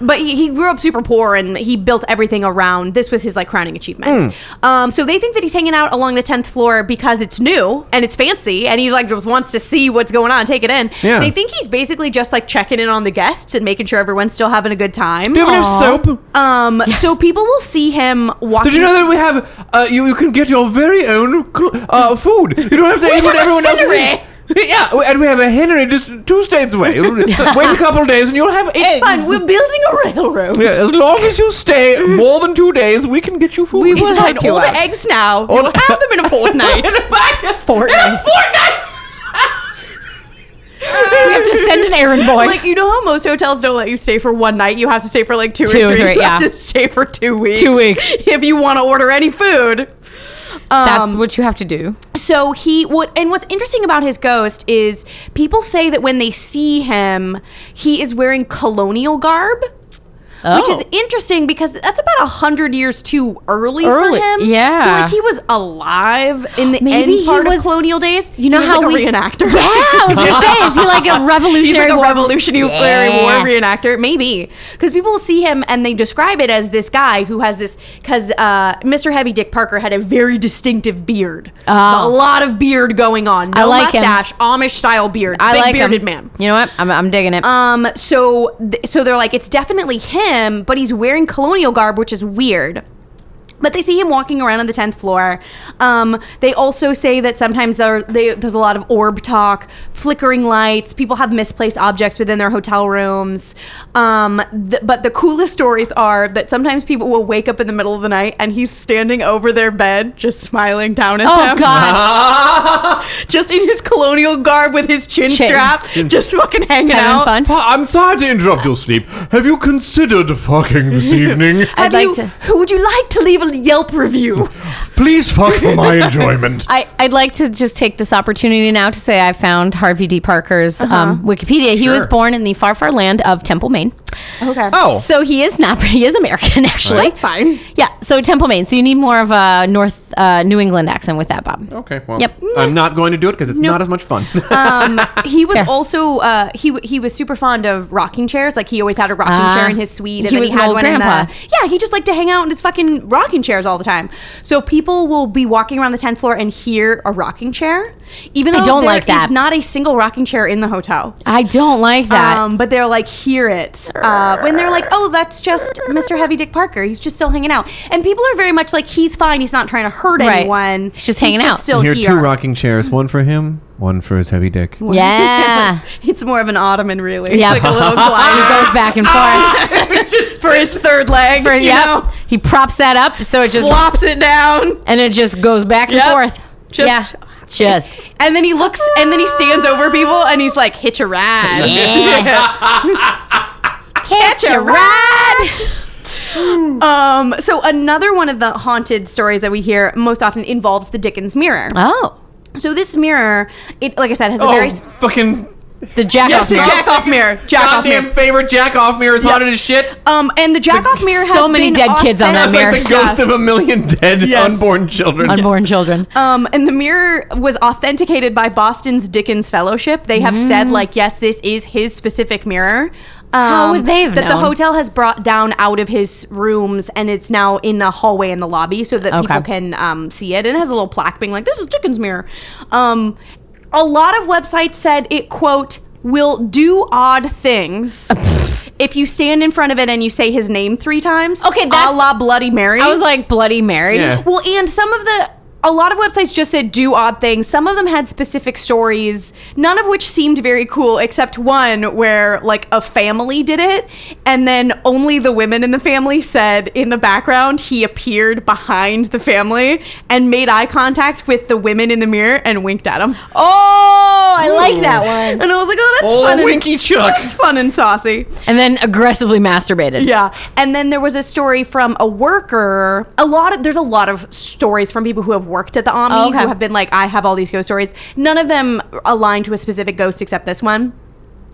S4: but he, he grew up super poor and he built everything around. This was his like crowning achievement.
S5: Mm.
S4: Um, so they think that he's hanging out along the tenth floor because it's new and it's fancy, and he like just wants to see what's going on, take it in.
S5: Yeah.
S4: They think he's basically just like checking in on the guests and making sure everyone's still having a good time.
S5: Do you have enough soap?
S4: Um, so people will see him walking.
S5: Did you know that we have? Uh, you, you can get your very own cl- uh, food. You don't have to eat what
S4: <laughs> have a
S5: everyone else is
S4: Henry.
S5: eating. Yeah, and we have a Henry just two states
S4: <laughs>
S5: away. <laughs> Wait a couple of days and you'll have
S4: It's
S5: eggs.
S4: fun. We're building a railroad.
S5: Yeah, as long as you stay more than two days, we can get you food.
S3: We
S5: <laughs>
S4: He's
S3: will
S4: got
S3: help you
S4: older
S3: out.
S4: eggs now. You'll have them in a fortnight. <laughs>
S5: Fortnite.
S4: Fortnite.
S3: <laughs> we have to send an errand boy.
S4: Like you know how most hotels don't let you stay for one night, you have to stay for like two,
S3: Two
S4: or
S3: or
S4: three.
S3: three,
S4: you have
S3: yeah.
S4: to stay for two weeks.
S3: Two weeks.
S4: if you want to order any food.
S3: That's
S4: Um,
S3: what you have to do.
S4: So he what and what's interesting about his ghost is people say that when they see him, he is wearing colonial garb, which is interesting because that's about a hundred years too early,
S3: Early,
S4: for him.
S3: yeah.
S4: So like he was alive in <gasps> the
S3: Maybe
S4: end
S3: he
S4: part
S3: was-
S4: of colonial days.
S3: You know
S4: He was
S3: how
S4: like
S3: we
S4: a reenactor.
S3: Yeah, I was gonna say, is he like a
S4: <laughs> He's like
S3: revolutionary
S4: a
S3: war-
S4: revolutionary
S3: Yeah.
S4: war reenactor, maybe, because people will see him and they describe it as this guy who has this. Because uh, Mr. Heavy Dick Parker had a very distinctive beard,
S3: Oh.
S4: a lot of beard going on, no
S3: I like him.
S4: mustache, Amish style beard,
S3: I
S4: big
S3: like
S4: bearded
S3: him.
S4: man.
S3: You know what? I'm, I'm digging it.
S4: Um, so th- so they're like, it's definitely him, but he's wearing colonial garb, which is weird. But they see him walking around on the tenth floor. Um, they also say that sometimes there they, there's a lot of orb talk, flickering lights. People have misplaced objects within their hotel rooms. Um, th- but the coolest stories are that sometimes people will wake up in the middle of the night and he's standing over their bed, just smiling down at
S3: oh
S4: them,
S3: God,
S4: <laughs>
S5: Uh-huh.
S4: just in his colonial garb with his chin,
S3: Chin.
S4: strap, just fucking hanging
S3: having
S4: out.
S3: fun.
S1: I'm sorry to interrupt your sleep. Have you considered fucking
S4: <laughs>
S1: this evening?
S3: I'd
S4: Have
S3: like
S4: you-
S3: to.
S4: Who would you like to leave a Yelp review?
S1: Please fuck
S4: <laughs>
S1: for my enjoyment.
S3: I, I'd like to just take this opportunity now to say I found Harvey D. Parker's
S4: Uh-huh.
S3: um, Wikipedia. He was
S5: Sure.
S3: born in the far, far land of Temple, Maine.
S4: okay.
S5: Oh,
S3: So he is not, <laughs> he is American, actually.
S4: That's fine.
S3: Yeah, so Temple, Maine. So you need more of a North uh, New England accent with that, Bob.
S5: okay. Well,
S3: Yep.
S5: I'm not going to do it because it's not as much fun.
S4: <laughs> Um, he was
S3: Fair.
S4: also uh, he w- he was super fond of rocking chairs. Like he always had a rocking
S3: Ah.
S4: chair in his suite, and
S3: He
S4: then
S3: was
S4: he
S3: an
S4: had
S3: old
S4: one in
S3: grandpa.
S4: the yeah. He just liked to hang out in his fucking rocking chairs all the time. So people will be walking around the tenth floor and hear a rocking chair, even
S3: I
S4: though
S3: don't
S4: there
S3: like that.
S4: is not a single rocking chair in the hotel.
S3: I don't like that.
S4: Um, but they're like, hear it. Uh, when they're like, oh, that's just Mr. Heavy Dick Parker. He's just still hanging out. And people are very much like, he's fine. He's not trying to hurt
S3: Right.
S4: anyone.
S3: He's just hanging out.
S5: <laughs>
S4: Still
S5: Here
S4: Oh, here.
S5: are two
S4: <laughs>
S5: rocking chairs, one for him, one for his heavy dick.
S3: yeah.
S4: It's more of an ottoman, really.
S3: Yeah.
S4: Like
S3: <laughs>
S4: a little
S3: He just
S4: glider
S3: goes back and forth.
S4: for his third leg.
S3: For,
S4: ah, you
S3: yep.
S4: know,
S3: He props that up, so it just
S4: flops it down.
S3: and it just goes back and
S4: Yep.
S3: forth.
S4: Just-
S3: yeah. Just
S4: And then he looks, and then he stands over people, and he's like, hitch a ride.
S3: yeah.
S2: Catch a
S4: ride. um, so another one of the haunted stories that we hear most often involves the Dickens mirror.
S3: Oh,
S4: So this mirror, it like I said, has a
S5: Oh,
S4: very sp-
S5: fucking
S3: the jack
S4: Yes,
S3: off
S4: the
S3: mirror.
S4: jack off mirror, jack off
S5: goddamn
S4: mirror.
S5: favorite jack off mirror is haunted as shit.
S4: Um, and the jack off mirror.
S3: So
S4: has
S3: many
S4: been
S3: dead kids on that
S5: That's
S4: authentic-
S3: mirror.
S5: like the ghost of a million dead
S4: Yes.
S5: unborn children.
S3: unborn children.
S4: Um, and the mirror was authenticated by Boston's Dickens Fellowship. They have said, like, yes, this is his specific mirror. Um,
S3: Mm. How would they have
S4: that the
S3: known?
S4: hotel has brought down out of his rooms and it's now in a hallway in the lobby so that
S3: Okay.
S4: people can um, see it. And it has a little plaque being like, "This is Dickens' mirror." Um, a lot of websites said it quote will do odd
S3: <laughs>
S4: things. If you stand in front of it and you say his name three times,
S3: Okay,
S4: a
S3: that's-
S4: la Bloody Mary.
S3: I was like Bloody Mary.
S5: Yeah.
S4: Well, and some of the a lot of websites just said do odd things. Some of them had specific stories, none of which seemed very cool, except one where like a family did it, and then only the women in the family said in the background he appeared behind the family and made eye contact with the women in the mirror and winked at them.
S3: Oh, I like that one.
S4: And I was like, oh, that's
S5: Oh,
S4: fun. and-
S5: Winky Chuck.
S4: That's fun and saucy.
S3: And then aggressively masturbated.
S4: <laughs> Yeah. And then there was a story from a worker. A lot of there's a lot of stories from people who have worked at the Omni
S3: Oh, okay.
S4: who have been like, I have all these ghost stories. None of them align to a specific ghost except this one.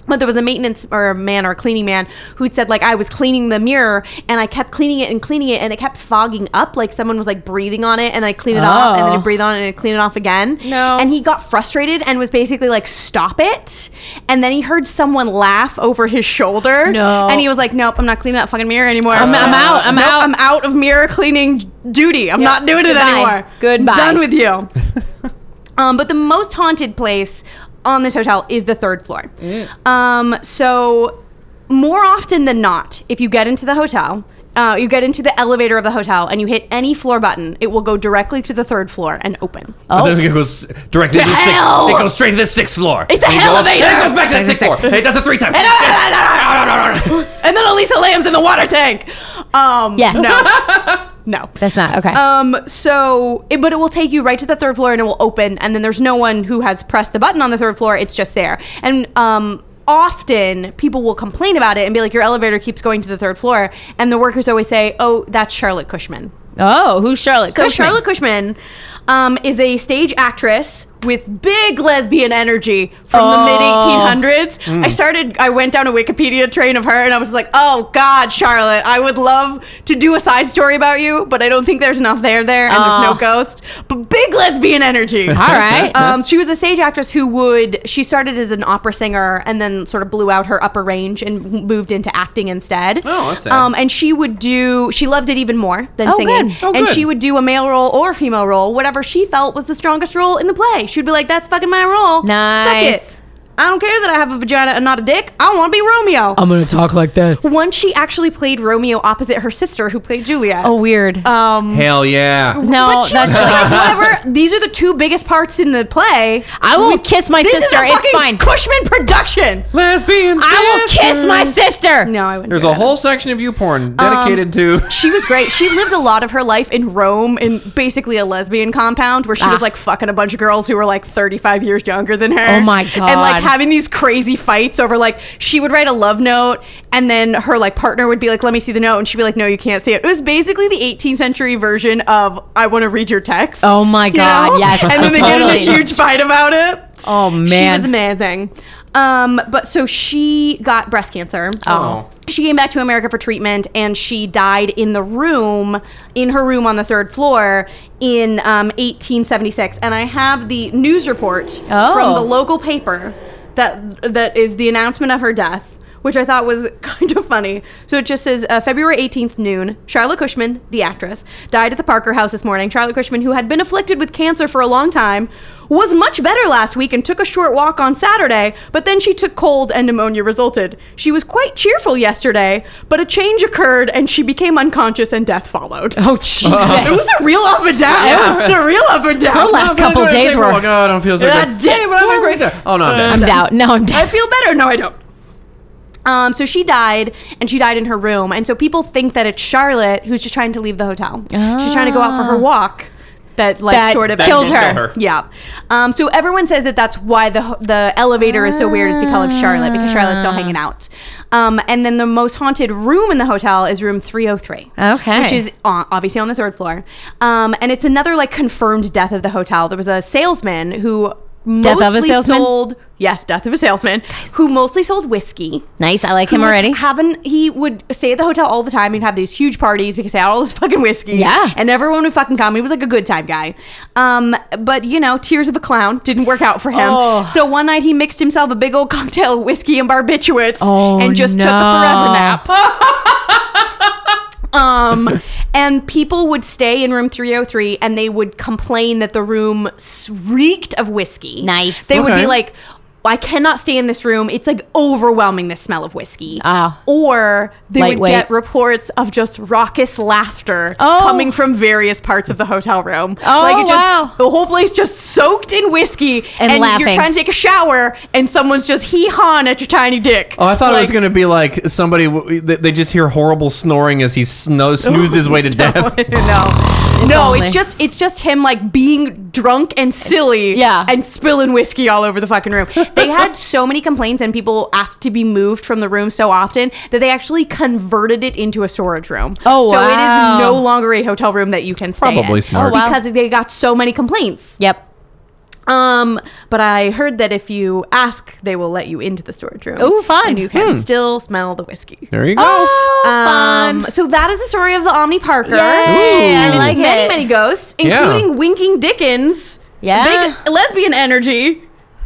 S4: But there was a maintenance or a man or a cleaning man who said like I was cleaning the mirror and I kept cleaning it and cleaning it and it kept fogging up like someone was like breathing on it and I clean it off and then
S3: Oh.
S4: I breathe on it and I clean it off again.
S3: No.
S4: And he got frustrated and was basically like stop it. And then he heard someone laugh over his shoulder.
S3: No.
S4: And he was like nope, I'm not cleaning that fucking mirror anymore.
S3: I'm- I'm out, I'm
S4: Uh, Nope,
S3: out.
S4: I'm out of mirror cleaning duty. I'm not doing it
S3: Goodbye.
S4: anymore.
S3: Goodbye.
S4: Done
S3: <laughs>
S4: with you. um, but the most haunted place on this hotel is the third floor.
S3: Mm.
S4: Um, so more often than not, if you get into the hotel. Uh, you get into the elevator of the hotel and you hit any floor button, it will go directly to the third floor and open.
S3: Oh,
S5: But then it goes directly to, the sixth.
S4: hell!
S5: It goes straight to the sixth floor.
S4: It's a
S5: And you go up-
S4: elevator!
S5: And it goes back to the sixth floor. And It does it three
S4: <laughs>
S5: times. <laughs>
S4: and then Elisa Lamb's in the water tank. Um,
S3: Yes. <laughs>
S4: No. no.
S3: That's not okay.
S4: Um, so, it, but it will take you right to the third floor and it will open, and then there's no one who has pressed the button on the third floor. It's just there. And um, often people will complain about it and be like, your elevator keeps going to the third floor. And the workers always say, oh, that's Charlotte Cushman.
S3: oh, who's Charlotte?
S4: So,
S3: Cushman?
S4: Charlotte Cushman um, is a stage actress with big lesbian energy from
S3: Oh.
S4: the mid 1800s. I started, I went down a Wikipedia train of her and I was like, oh God, Charlotte, I would love to do a side story about you, but I don't think there's enough there there and
S3: Oh.
S4: there's no ghost. But big lesbian energy.
S3: All right.
S4: Um, she was a stage actress who would she started as an opera singer and then sort of blew out her upper range and moved into acting instead.
S5: Oh, that's sad.
S4: Um, and she would do she loved it even more than
S3: Oh,
S4: singing.
S3: good. Oh,
S4: and
S5: good.
S4: she would do a male role or a female role, whatever she felt was the strongest role in the play. She would be like, "That's fucking my role.
S3: Nice.
S4: Suck it. I don't care that I have a vagina and not a dick. I want to be Romeo."
S3: I'm gonna talk like this.
S4: Once she actually played Romeo opposite her sister, who played Juliet.
S3: Oh, weird.
S4: Um,
S5: Hell
S4: <laughs>
S5: yeah.
S3: no,
S4: but she
S3: that's
S4: was just like, whatever. These are the two biggest parts in the play.
S3: I won't kiss my
S4: This
S3: sister.
S4: Is a
S3: It's
S4: fucking
S3: fine.
S4: Cushman production.
S5: Lesbian.
S4: <laughs>
S3: I will kiss my sister.
S4: No, I wouldn't.
S5: There's
S4: do
S5: a
S4: that.
S5: whole section of you porn dedicated
S4: <laughs>
S5: to.
S4: She was great. She lived a lot of her life in Rome in basically a lesbian compound where she
S3: Ah.
S4: was like fucking a bunch of girls who were like 35 years younger than her.
S3: Oh my
S4: And
S3: God.
S4: like having these crazy fights over like she would write a love note and then her like partner would be like, "Let me see the note," and she'd be like, "No, you can't see it." It was basically the 18th century version of "I want to read your text."
S3: Oh my God, yes,
S4: And then they get in a
S3: totally.
S4: huge fight about it.
S3: Oh
S4: She was <laughs>
S3: man.
S4: amazing. Um, but so she got breast cancer.
S5: Oh.
S4: She came back to America for treatment and she died in the room, in her room on the third floor in um, 1876. And I have the news report
S3: Oh.
S4: from the local paper that that is the announcement of her death. Which I thought was <laughs> kind of funny. So it just says uh, February 18th, noon, Charlotte Cushman, the actress, died at the Parker House this morning. Charlotte Cushman, who had been afflicted with cancer for a long time, was much better last week and took a short walk on Saturday, but then she took cold and pneumonia resulted. She was quite cheerful yesterday, but a change occurred and she became unconscious and death followed. <laughs>
S3: Oh Jesus.
S4: It was a real up and down. It was a real up and down.
S3: Her last couple
S5: I'm gonna
S3: days
S5: take a
S3: were-
S5: walk. Oh, I don't feel so
S4: You're
S5: good.
S4: not dead.
S5: Hey, but I'm great there. Oh no,
S4: Uh,
S5: I'm dead.
S3: I'm doubt. No, I'm
S4: <laughs> I
S3: doubt.
S4: feel better. No, I don't. Um, so she died, and she died in her room. And so people think that it's Charlotte who's just trying to leave the hotel. She's trying to go out for her walk. That like
S3: Ah. That
S4: sort of
S3: That killed did her.
S5: kill her.
S4: Yeah. Um, so everyone says that that's why the ho- the elevator is so weird is because of Charlotte because Charlotte's still
S3: Ah.
S4: hanging out. Um, and then the most haunted room in the hotel is room 303.
S3: Okay.
S4: Which is o- obviously on the third floor. Um, and it's another like confirmed death of the hotel. There was a salesman who
S3: Death of a
S4: mostly
S3: salesman?
S4: sold yes death of a salesman who mostly sold whiskey
S3: Nice. I like
S4: Who
S3: him
S4: was
S3: already.
S4: having he would stay at the hotel all the time he'd have these huge parties because they had all this <laughs> fucking whiskey
S3: Yeah.
S4: and everyone would fucking come he was like a good time guy um but you know tears of a clown didn't work out for him
S3: Oh.
S4: so one night he mixed himself a big old cocktail of whiskey and barbiturates
S3: Oh,
S4: and just took a
S3: no. <laughs>
S4: forever nap um, and people would stay in room 303 and they would complain that the room s- reeked of whiskey.
S3: Nice.
S4: They would
S5: Okay.
S4: be like, I cannot stay in this room. It's like overwhelming the smell of whiskey.
S3: Ah.
S4: Or they would
S3: Lightweight.
S4: get reports of just raucous laughter
S3: Oh.
S4: coming from various parts of the hotel room.
S3: Oh,
S4: like it just
S3: wow.
S4: the whole place just soaked in whiskey
S3: And
S4: you're
S3: laughing.
S4: trying to take a shower and someone's just hee hawing at your tiny dick.
S5: Oh, I thought it was
S4: Like-
S5: going to be like somebody. W- they, they just hear horrible snoring as he sno- snoozed his way to death.
S4: <laughs>
S5: <laughs>
S4: no, no,
S3: only.
S4: it's just it's just him like being drunk and silly,
S3: Yeah.
S4: and spilling whiskey all over the fucking room. They
S3: <laughs>
S4: had so many complaints and people asked to be moved from the room so often that they actually converted it into a storage room.
S3: Oh,
S4: so
S3: wow.
S4: it is no longer a hotel room that you can stay.
S5: Probably
S4: in.
S5: smart.
S3: Oh, wow.
S4: because they got so many complaints.
S3: Yep.
S4: Um, but I heard that if you ask, they will let you into the storage room.
S3: Oh, fun.
S4: And you can still smell the whiskey.
S5: There you go.
S3: Oh,
S4: Um, so that is the story of the Omni Parker.
S3: Yay, I
S4: And it's
S3: like
S4: many,
S3: it.
S4: many ghosts,
S5: Yeah.
S4: including Winking Dickens,
S3: Yeah.
S4: big lesbian energy,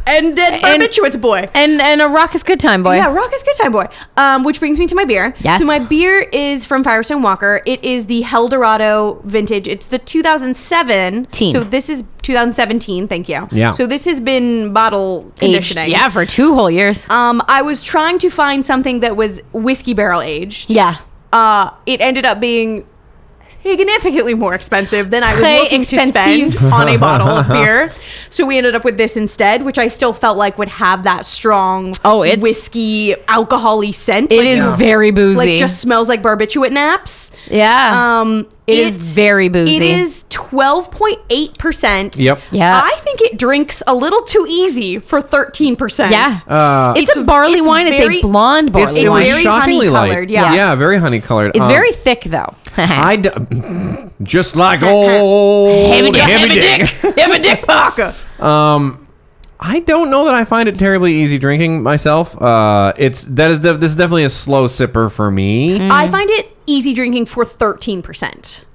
S4: and dead
S3: And-
S4: barbiturates boy.
S3: and and a raucous good time, boy.
S4: Yeah, Rock is good time boy. Um, which brings me to my beer.
S3: Yes.
S4: So my beer is from Firestone Walker. It is the Heldorado vintage. It's the 2007.
S3: Teen.
S4: So this is 2017. Thank you.
S5: Yeah.
S4: So this has been bottle
S3: Aged,
S4: conditioning.
S3: yeah, for two whole years.
S4: Um, I was trying to find something that was whiskey barrel aged
S3: yeah.
S4: uh, it ended up being significantly more expensive than I was
S3: Très
S4: looking to
S3: expensive.
S4: spend <laughs> on a bottle of beer. So we ended up with this instead, which I still felt like would have that strong
S3: Oh, it's-
S4: whiskey alcoholy scent.
S3: It
S4: Like,
S3: is
S4: you-
S3: very boozy.
S4: like just smells like barbiturate naps.
S3: Yeah.
S4: Um,
S3: It is very boozy.
S4: It is 12.8%.
S5: Yep.
S3: Yeah.
S4: I think it drinks a little too easy for 13%.
S3: Yeah.
S5: Uh,
S3: it's, a barley
S4: it's
S3: wine.
S4: very-
S3: it's a blonde barley
S5: it's,
S4: It's
S5: it was
S3: wine.
S4: very
S5: shockingly light.
S4: honey-colored, yes.
S5: Yeah, very honey colored.
S3: it's very thick, <laughs> though.
S5: I d- just like old Oh, heavy dick.
S4: Emma Dick Parker.
S5: Um, I don't know that I find it terribly easy drinking myself. Uh, it's that is def- this is definitely a slow sipper for me.
S3: Mm.
S4: I find it easy drinking for 13%.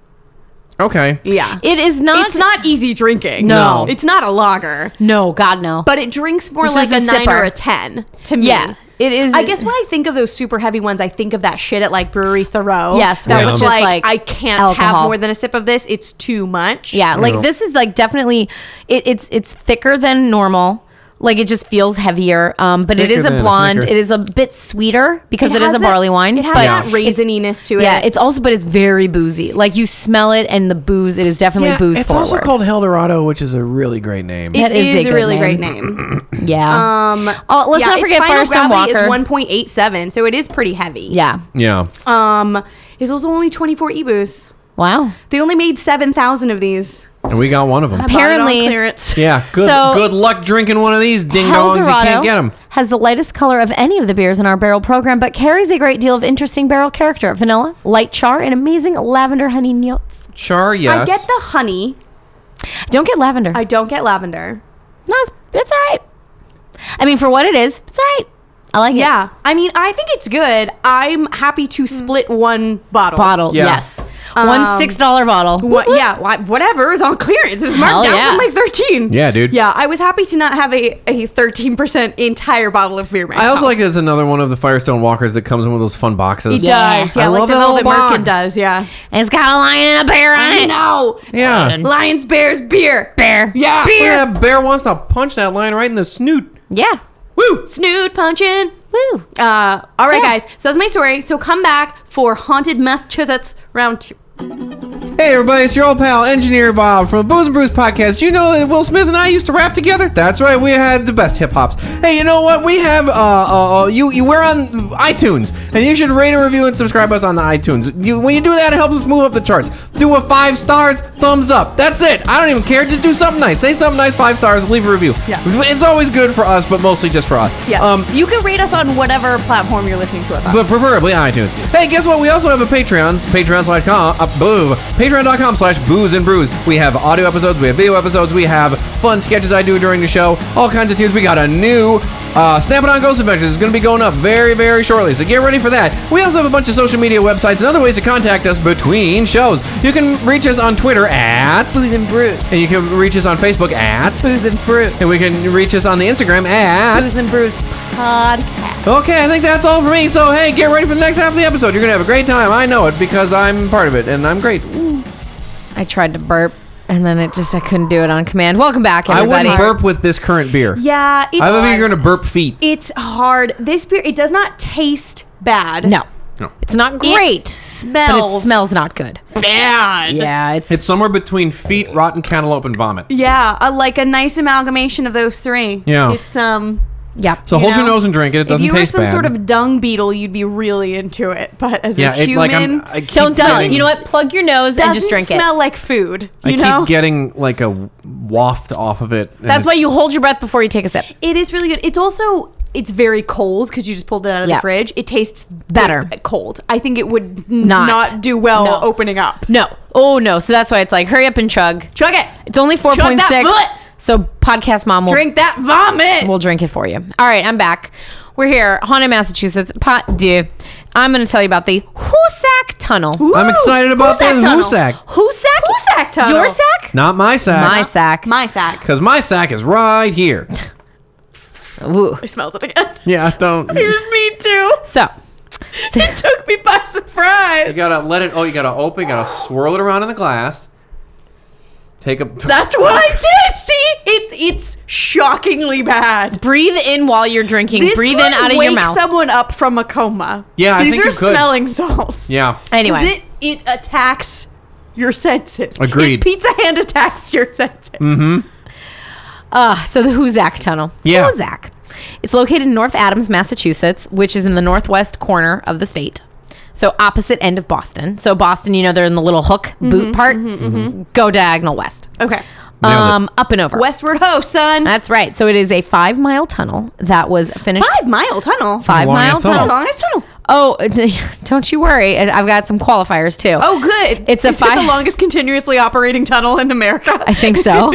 S5: Okay.
S4: Yeah.
S3: it is not.
S4: it's not easy drinking.
S3: No.
S4: It's not a lager,
S3: No, God, no.
S4: but it drinks more
S3: This
S4: like
S3: is
S4: a,
S3: a
S4: 9
S3: sipper.
S4: or a 10 to me.
S3: yeah, it is.
S4: I guess when I think of those super heavy ones, I think of that shit at like Brewery Thoreau.
S3: Yes,
S4: that
S3: where
S4: was
S3: it's just,
S4: like,
S3: like,
S4: I can't
S3: alcohol.
S4: have more than a sip of this. It's too much.
S3: Yeah, like
S5: Yeah.
S3: this is like definitely it, it's it's thicker than normal. Like it just feels heavier. Um, but it
S5: Thicker
S3: is a
S5: than a
S3: blonde.
S5: Snicker.
S3: it is a bit sweeter because it
S4: has
S3: is a
S4: that-
S3: barley wine.
S4: It has
S3: but
S4: that
S5: Yeah.
S4: raisiness to it.
S3: yeah, it's also but it's very boozy. Like you smell it and the booze. It is definitely booze
S5: it's
S3: forward.
S5: also called Eldorado, which is a really great name.
S3: that is a good
S4: really
S3: name.
S4: great name.
S3: yeah.
S4: Um,
S3: Oh, let's
S4: yeah,
S3: not
S4: its
S3: forget
S4: final
S3: Firestone
S4: gravity
S3: Walker.
S4: is one point eight seven, so it is pretty heavy.
S3: yeah.
S5: yeah.
S4: Um, it's also only twenty four ebus.
S3: Wow.
S4: They only made seven thousand of these.
S5: And we got one of them.
S4: Bought it on
S3: Apparently-
S4: clearance.
S5: Yeah. Good
S3: So-
S5: good luck drinking one of these ding dongs. You can't get them.
S3: has the lightest color of any of the beers in our barrel program, but carries a great deal of interesting barrel character: vanilla, light char, and amazing lavender honey notes.
S5: Char,
S4: I
S5: yes.
S4: get the honey.
S3: Don't get lavender.
S4: I don't get lavender.
S3: No, it's, it's all right. I mean, for what it is, it's all right. I like it.
S4: Yeah, I mean, I think it's good. I'm happy to split one bottle.
S3: Bottle,
S5: Yeah.
S3: yes. One
S4: Um,
S3: six dollar bottle.
S4: What, yeah, wha- whatever is on clearance. It was
S3: Hell
S4: marked down
S3: yeah.
S4: from like 13.
S5: Yeah, dude.
S4: Yeah, I was happy to not have a, a 13% entire bottle of beer myself.
S5: I also like that it's another one of the Firestone Walkers that comes in one of those fun boxes.
S4: It
S3: Yeah.
S4: does. Yeah,
S5: I
S4: like
S5: love
S4: the
S5: that
S4: little
S5: little
S4: that Merkin
S5: box.
S4: does. Yeah.
S3: It's got a lion and a bear on
S4: I
S3: it.
S4: know.
S5: Yeah.
S4: Lions, bears, beer.
S3: Bear.
S4: Yeah.
S5: Yeah, that bear wants to punch that lion right in the snoot.
S3: Yeah.
S4: Woo. Snoot punching.
S3: Woo.
S4: Uh, all right,
S3: yeah.
S4: guys. So that's my story. So come back for Haunted Massachusetts round two.
S5: Hey everybody, it's your old pal Engineer Bob from the Booze and Brews podcast. You know that Will Smith and I used to rap together. That's right, we had the best hip hops. Hey, you know what? We have uh, uh uh, you you we're on iTunes, and you should rate and review and subscribe us on the iTunes. You, when you do that, it helps us move up the charts. Do a five stars, thumbs up. That's it. I don't even care. Just do something nice. Say something nice, five stars, leave a review.
S4: Yeah.
S5: It's always good for us, but mostly just for us.
S4: Yeah.
S5: Um,
S4: you can rate us on whatever platform you're listening to us on.
S5: but preferably iTunes. Hey, guess what? We also have a Patreon's Patreon slash com uh, boo, Patreon.com slash booze and brews. We have audio episodes, we have video episodes, we have fun sketches I do during the show, all kinds of tunes. We got a new uh, Snapping on Ghost Adventures is going to be going up very, very shortly, so get ready for that. We also have a bunch of social media websites and other ways to contact us between shows. You can reach us on Twitter at,
S4: Booze and Brews.
S5: and you can reach us on Facebook at,
S4: Booze and Brews.
S5: and we can reach us on the Instagram at.
S4: Booze and Brews podcast.
S5: Okay, I think that's all for me. So hey, get ready for the next half of the episode. You're gonna have a great time. I know it because I'm part of it, and I'm great.
S3: I tried to burp and then it just I couldn't do it on command. Welcome back,
S5: I
S3: everybody.
S5: wouldn't burp with this current beer.
S4: Yeah, it's
S5: I don't think you're gonna burp feet.
S4: It's hard. This beer it does not taste bad.
S3: No.
S5: No.
S3: It's not great. But it
S4: smells
S3: smells not good.
S4: bad.
S3: Yeah, it's,
S5: It's somewhere between feet, rotten cantaloupe, and vomit.
S4: Yeah, a, like a nice amalgamation of those three.
S5: Yeah.
S4: It's um
S3: yeah.
S5: So
S4: you
S5: hold your
S4: know,
S5: nose and drink it. It doesn't
S4: if you
S5: taste
S4: were some
S5: bad.
S4: sort of dung beetle, you'd be really into it. But as
S5: yeah,
S4: a
S5: it,
S4: human,
S5: like I'm. I keep
S3: don't smell it.
S5: getting-
S3: You know what? Plug your nose
S4: doesn't
S3: and just drink
S4: smell
S3: it.
S4: like food. You
S5: I keep
S4: know,
S5: getting like a waft off of it. and
S3: That's why
S5: it's-
S3: you hold your breath before you take a sip.
S4: it is really good. It's also it's very cold because you just pulled it out of
S3: Yeah.
S4: the fridge. It tastes
S3: Better.
S4: good- cold. I think it would not
S3: Not.
S4: not do well
S3: No.
S4: opening up.
S3: No. Oh no. So that's why it's like hurry up and chug.
S4: Chug it.
S3: It's only four
S4: that
S3: point six.
S4: foot.
S3: So podcast mom will
S4: Drink that vomit.
S3: We'll drink it for you. All right, I'm back. We're here, Haunted, Massachusetts. Pot de. I'm going to tell you about the Hoosac Tunnel.
S5: I'm excited about
S4: Hoosac
S5: this
S4: Tunnel.
S5: Hoosac.
S3: Hoosac?
S4: Hoosac Tunnel.
S3: Your sack?
S5: Not my sack.
S3: My sack.
S4: My sack.
S5: Because my sack is right
S4: <laughs>
S5: here.
S3: Ooh.
S4: I smelled it again. <laughs>
S5: Yeah, I don't. you
S4: Me
S3: <laughs>
S4: too.
S3: So,
S4: It took me by surprise.
S5: gotta let it. Oh, you gotta open. You gotta swirl it around in the glass. Take a.
S4: That's what I did. See, it, it's shockingly bad.
S3: breathe in while you're drinking. breathe in
S4: would
S3: out of your
S4: wake
S3: mouth.
S4: someone up from a coma.
S5: Yeah, I
S4: these
S5: think
S4: are
S5: you could.
S4: smelling salts.
S5: Yeah.
S3: anyway.
S4: it it attacks your senses.
S5: Agreed. Mm-hmm.
S4: It pizza hand attacks your senses.
S3: Uh, so the Hoosac Tunnel.
S5: Yeah.
S3: Hoosac. It's located in North Adams, Massachusetts, which is in the northwest corner of the state. So opposite end of Boston. So Boston, you know, they're in the little hook
S4: Mm-hmm,
S3: boot part. Go diagonal west.
S4: Okay.
S5: Mm-hmm. Nailed it.
S3: Um, up and over.
S4: Westward ho, son.
S3: That's right. So it is a five mile tunnel that was finished.
S4: Five mile tunnel.
S3: Five
S5: Long
S3: mile
S5: ass tunnel.
S3: tunnel.
S4: The longest tunnel.
S3: Oh, <laughs> don't you worry. I- I've got some qualifiers too.
S4: Oh, good.
S3: It's a
S4: Is it
S3: five-
S4: the longest continuously operating tunnel in America.
S3: I think so.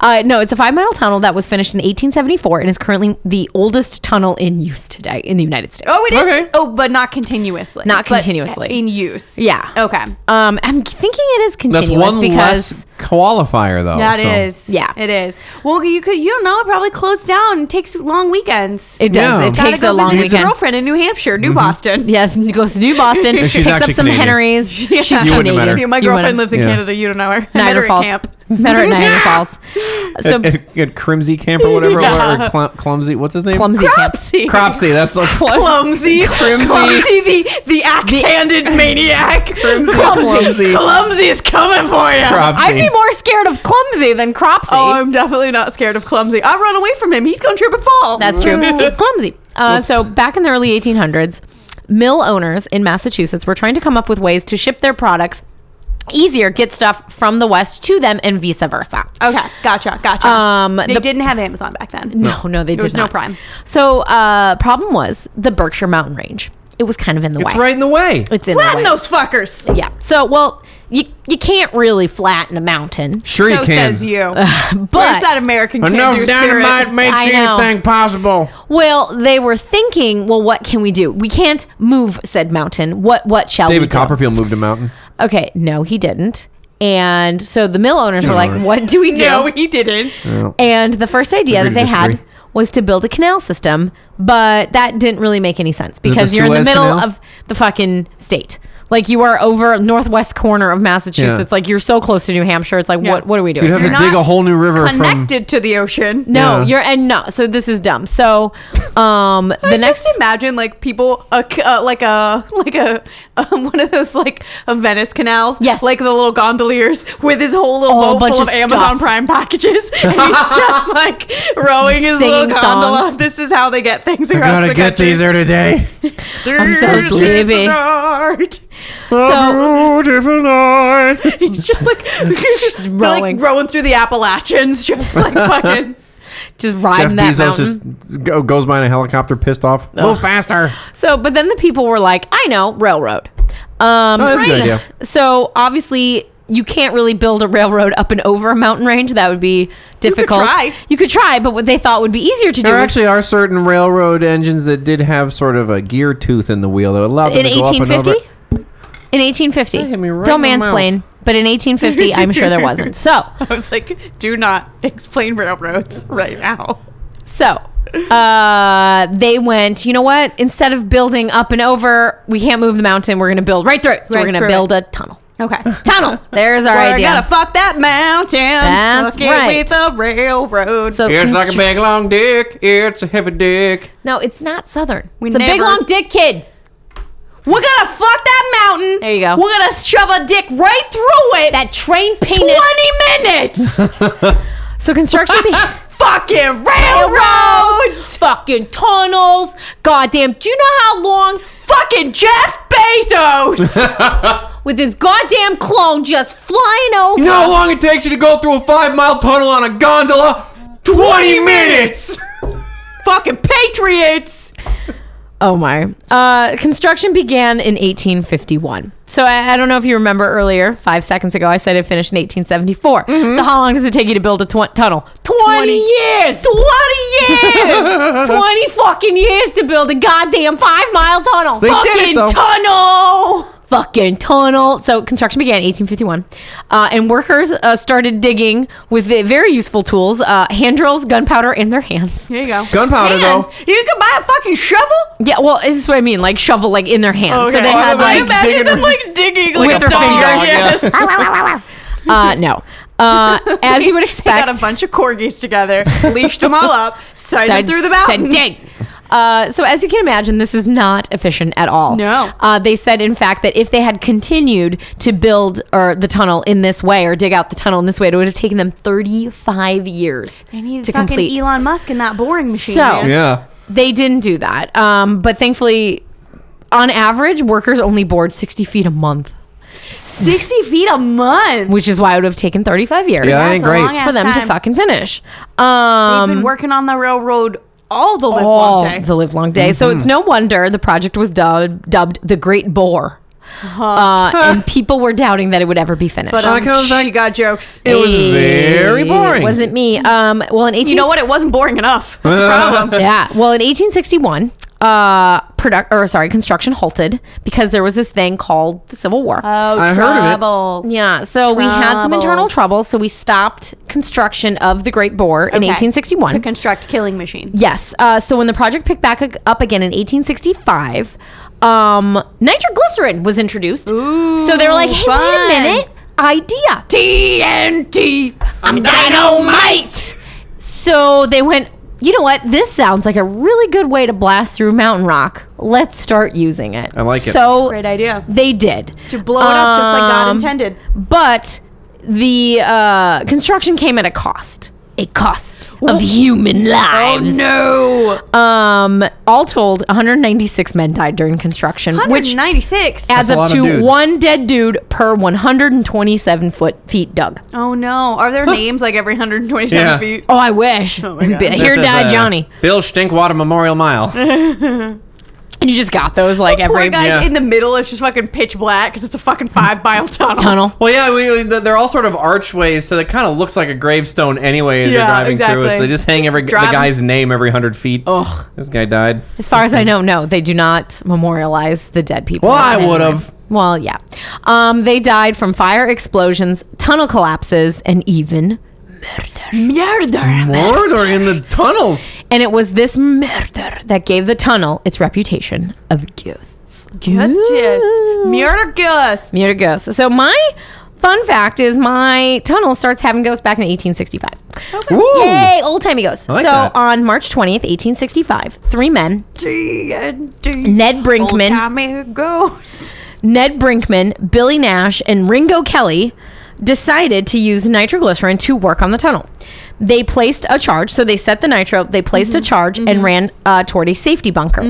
S3: uh, no, it's a five mile tunnel that was finished in 1874 and is currently the oldest tunnel in use today in the United States.
S4: <laughs> Oh, it is.
S5: Okay.
S4: Oh, but not continuously.
S3: Not
S4: But
S3: continuously.
S4: in use.
S3: Yeah.
S4: Okay.
S3: Um, I'm thinking it is
S5: That's
S3: continuous
S5: one
S3: because
S5: less qualifier, though.
S4: That is.
S5: so-
S3: Yeah.
S4: It is. Well, you could. You don't know. It probably closed down. It takes long weekends.
S3: it does.
S5: Yeah.
S3: It
S5: Gotta
S3: takes
S4: Gotta
S3: a
S4: go
S3: long
S4: visit
S3: weekend.
S4: Your girlfriend in New Hampshire,
S5: Mm-hmm.
S4: New
S3: <laughs>
S4: Boston.
S3: Yes, and goes to New Boston,
S5: And she's
S3: picks up
S5: actually
S3: some
S5: Canadian.
S3: Henrys. She's
S5: You wouldn't have met her.
S3: Canadian.
S4: <laughs> Yeah, my
S3: You wouldn't-
S4: girlfriend lives in
S5: Yeah.
S4: Canada. You don't know her. I met her
S3: Niagara
S4: at
S3: Falls.
S4: camp.
S3: Met her at <laughs> Niagara Falls. So
S5: <laughs> At, at, at Crimsy Camp or whatever, or Cl- Clumsy, what's his name?
S3: clumsy camp.
S4: Cropsy.
S5: Cropsy, that's a
S3: <laughs>
S4: Clumsy.
S5: Crimsy.
S4: Clumsy, the, the axe-handed maniac. Clumsy.
S5: Clumsy.
S4: Clumsy's coming for you.
S5: Cropsy.
S3: I'd be more scared of clumsy than cropsy.
S4: Oh, I'm definitely not scared of Clumsy. I run away from him. He's going to trip and fall.
S3: That's true. He's clumsy. Uh, so back in the early 1800s, mill owners in Massachusetts were trying to come up with ways to ship their products easier, get stuff from the West to them, and vice versa.
S4: Okay, gotcha, gotcha.
S3: Um,
S4: they
S3: the-
S4: didn't have Amazon back then.
S3: No, no, they
S4: There
S3: did
S4: was no
S3: not.
S4: prime.
S3: So uh, problem was the Berkshire Mountain Range. It was kind of in the
S5: It's
S3: way.
S5: right in the way.
S3: It's in
S4: Flatten
S3: the way.
S4: those fuckers.
S3: Yeah. So well, you you can't really flatten a mountain,
S5: Sure
S4: so
S5: you can.
S3: <sighs>
S4: says you.
S3: but
S4: Where's that American can-do spirit?
S5: makes
S3: I know.
S5: possible.
S3: Well, they were thinking, well, what can we do? We can't move said mountain. What what shall we
S5: David
S3: do?
S5: Copperfield moved a mountain.
S3: Okay, no, he didn't. And so the mill owners were like,
S5: Alright.
S3: what do
S4: <laughs>
S3: we do?
S4: No, he didn't.
S3: and the first idea that
S5: Agree to
S3: they had
S5: disagree.
S3: was to build a canal system, but that didn't really make any sense because
S5: the
S3: you're in the
S5: Suez
S3: middle
S5: Canal?
S3: of the fucking state. Like you are over northwest corner of Massachusetts.
S5: Yeah.
S3: Like you're so close to New Hampshire. It's like
S4: Yeah.
S3: what what are we doing?
S5: You'd have
S4: You're
S5: to
S4: not
S5: dig a whole new river from.
S4: Connected to the ocean.
S3: no,
S5: Yeah.
S3: you're and no. So this is dumb. So
S5: <laughs>
S3: um the next
S4: Just imagine like people, a c uh, like a <laughs> like a um, one of those like a Venice canals.
S3: Yes.
S4: like the little gondoliers with his whole little
S3: Oh, a
S4: boat
S3: bunch
S4: full
S3: of
S4: of, Amazon
S3: stuff.
S4: Prime packages, <laughs> and
S3: <laughs>
S4: he's just like rowing his little
S3: Singing
S4: gondola.
S3: songs.
S4: This is how they get things across the country.
S5: there today.
S4: I'm
S3: so sleepy. so
S5: Beautiful night.
S4: He's just
S3: <laughs>
S4: like, <laughs> just
S3: rowing.
S4: rowing. like rowing through the Appalachians, <laughs> just
S3: <laughs>
S4: like fucking.
S3: just riding
S5: Jeff
S3: that
S5: Bezos
S3: mountain.
S5: just go, goes by in a helicopter, pissed off. Move faster.
S3: So, but then the people were like, I know, railroad. Um,
S5: Oh, that's a good
S3: right. So obviously, you can't really build a railroad up and over a mountain range. That would be difficult.
S4: try.
S3: You could try, but what they thought would be easier to do
S5: There
S3: was
S5: actually are certain railroad engines that did have sort of a gear tooth in the wheel that allowed them
S3: in
S5: to go up and
S3: 1850.
S5: over.
S3: In 1850,
S5: That hit me right
S3: don't
S5: in the
S3: mansplain.
S5: mouth.
S3: But in 1850, I'm sure there wasn't. So,
S4: I was like, do not explain railroads right now.
S3: so uh, they went. You know what? Instead of building up and over, we can't move the mountain. We're going to build right through it. So
S4: Right
S3: we're going to
S4: through
S3: build a tunnel.
S4: Okay.
S3: Tunnel. There's our
S4: We're
S3: idea.
S4: gonna fuck that mountain.
S3: That's
S4: Fuck it
S3: right.
S4: With the railroad.
S3: so
S5: It's like
S3: constru-
S5: a big long dick. It's a heavy dick.
S3: No, it's not Southern.
S4: We
S3: it's a big
S4: never-
S3: long dick kid.
S4: we're gonna fuck that mountain.
S3: There you go.
S4: We're gonna shove a dick right through it.
S3: That train penis.
S4: twenty minutes.
S3: <laughs> So construction
S4: <laughs>
S3: be- <laughs>
S4: fucking railroads.
S3: fucking tunnels. Goddamn, do you know how long
S4: fucking Jeff
S3: <laughs>
S4: Bezos.
S3: with this goddamn clone just flying over?
S5: You know how long it takes you to go through a five mile tunnel on a gondola? 20 minutes!
S4: fucking patriots.
S3: Oh my. Uh, construction began in 1851. So I, I don't know if you remember earlier, five seconds ago, I said it finished in 1874.
S5: Mm-hmm.
S3: So how long does it take you to build a tw- tunnel? 20,
S4: 20
S3: years.
S4: 20
S5: <laughs>
S4: years!
S3: 20 fucking years to build a goddamn five mile tunnel.
S5: They
S3: Fuck
S5: did it, though.
S3: Oh.
S4: Tunnel!
S3: fucking tunnel. So construction began in 1851, uh, and workers uh, started digging with the very useful tools: uh, hand drills, gunpowder in their hands.
S4: Here you go.
S5: Gunpowder,
S4: Hands.
S5: though.
S4: You could buy a fucking shovel?
S3: Yeah, well, this is what I mean, like shovel, like in their hands. So
S4: Okay.
S3: they
S4: Oh,
S3: had
S5: they're
S4: I
S3: like
S5: just digging
S4: imagine them
S5: her-
S4: like digging like
S3: With
S4: a
S3: their
S4: dog.
S3: fingers,
S4: Yeah.
S5: yeah.
S3: uh, no, uh, as you would
S4: <laughs> <laughs> They
S3: expect.
S4: got a bunch of corgis together, leashed them all up, signed
S3: said-
S4: them through the
S3: Said
S4: mountain.
S3: dig. Uh, so as you can imagine, this is not efficient at all.
S4: No.
S3: Uh, they said, in fact, that if they had continued to build or the tunnel in this way or dig out the tunnel in this way, it would have taken them 35 years to complete.
S4: Elon Musk in that boring machine.
S3: So- man.
S5: Yeah.
S3: They didn't do that. Um, but thankfully, on average, workers only board 60 feet a month,
S4: 60 feet a month.
S3: which is why it would have taken 35 years
S5: Yeah, that
S4: That's
S5: ain't
S4: a long
S5: great.
S4: ass-
S3: for them to
S4: time.
S3: fucking finish.
S4: They've
S3: Um,
S4: been working on the railroad all the live
S3: all
S4: long day.
S3: Oh, the live long day.
S5: Mm-hmm.
S3: So it's no wonder the project was dubbed, dubbed the Great Bore. Uh,
S5: <laughs>
S3: and people were doubting that it would ever be finished.
S4: Uh-huh. but
S5: I come
S4: um,
S5: back-
S4: she got jokes.
S5: It was very boring.
S3: Wasn't me. Um, well, in 18-
S4: you know what? It wasn't boring enough. That's the
S3: <laughs>
S4: problem.
S3: yeah. Well, in 1861, uh, product or sorry, construction halted because there was this thing called the Civil War.
S4: Oh,
S5: I heard of it.
S4: trouble.
S3: yeah. So we had some
S4: Trouble.
S3: internal trouble, so we stopped construction of the Great Bore in
S4: Okay.
S3: 1861.
S4: To construct killing machine.
S3: Yes. Uh, so when the project picked back ag- up again in 1865, um, nitroglycerin was introduced. so they were like, hey,
S4: fun.
S3: wait a minute, idea.
S4: E TNT.
S3: I'm dynamite. So they went, you know what? This sounds like a really good way to blast through mountain rock. Let's start using it. I
S5: like it.
S3: So
S4: Great idea.
S3: they did.
S4: To blow it up just like God
S3: Um,
S4: intended.
S3: But the uh, construction came at a cost. A cost of human lives.
S4: No.
S3: Um, all told, 196 men died during construction, which
S4: 196.
S3: adds
S5: a
S3: up
S5: lot of
S3: to
S5: dudes.
S3: one dead dude per 127 foot feet dug.
S4: oh no. Are there names like every 127
S5: Yeah.
S4: feet?
S3: Oh, I wish.
S4: my
S3: <laughs>
S4: God.
S3: Here
S5: This is,
S3: died
S5: uh,
S3: Johnny,
S5: Bill Stinkwater Memorial Mile.
S3: and you just got those like
S4: Poor
S3: every
S4: guys
S5: yeah.
S4: in the middle. It's just fucking pitch black because it's a fucking five mile tunnel.
S3: tunnel.
S5: well, yeah, we, we- they're all sort of archways, so it kind of looks like a gravestone anyway as
S4: Yeah,
S5: you're driving through it.
S4: exactly.
S5: So they just hang
S4: Just
S5: every the
S4: drive 'em.
S5: guy's name every hundred feet.
S3: Ugh.
S5: This guy died.
S3: As far as I know, no, they do not memorialize the dead people.
S5: Well, I
S3: in any
S5: would've.
S3: way. Well, yeah, um, they died from fire explosions, tunnel collapses, and even
S4: Murder.
S5: Murder in the tunnels.
S3: and it was this murder that gave the tunnel its reputation of ghosts.
S4: That's it. Murder ghost.
S3: Muted ghosts. So my fun fact is my tunnel starts having ghosts back in 1865.
S5: Woo!
S3: Oh, Yay, old timey ghosts.
S5: like
S3: so
S5: that. on
S3: on March 20th, 1865, three men,
S4: TNT.
S3: Ned Brinkman,
S4: Tommy ghost.
S3: Ned Brinkman, Billy Nash, and Ringo Kelly decided to use nitroglycerin to work on the tunnel. They placed a charge, so they set the nitro, they placed
S4: Mm-hmm.
S3: a charge and ran uh, toward a safety bunker.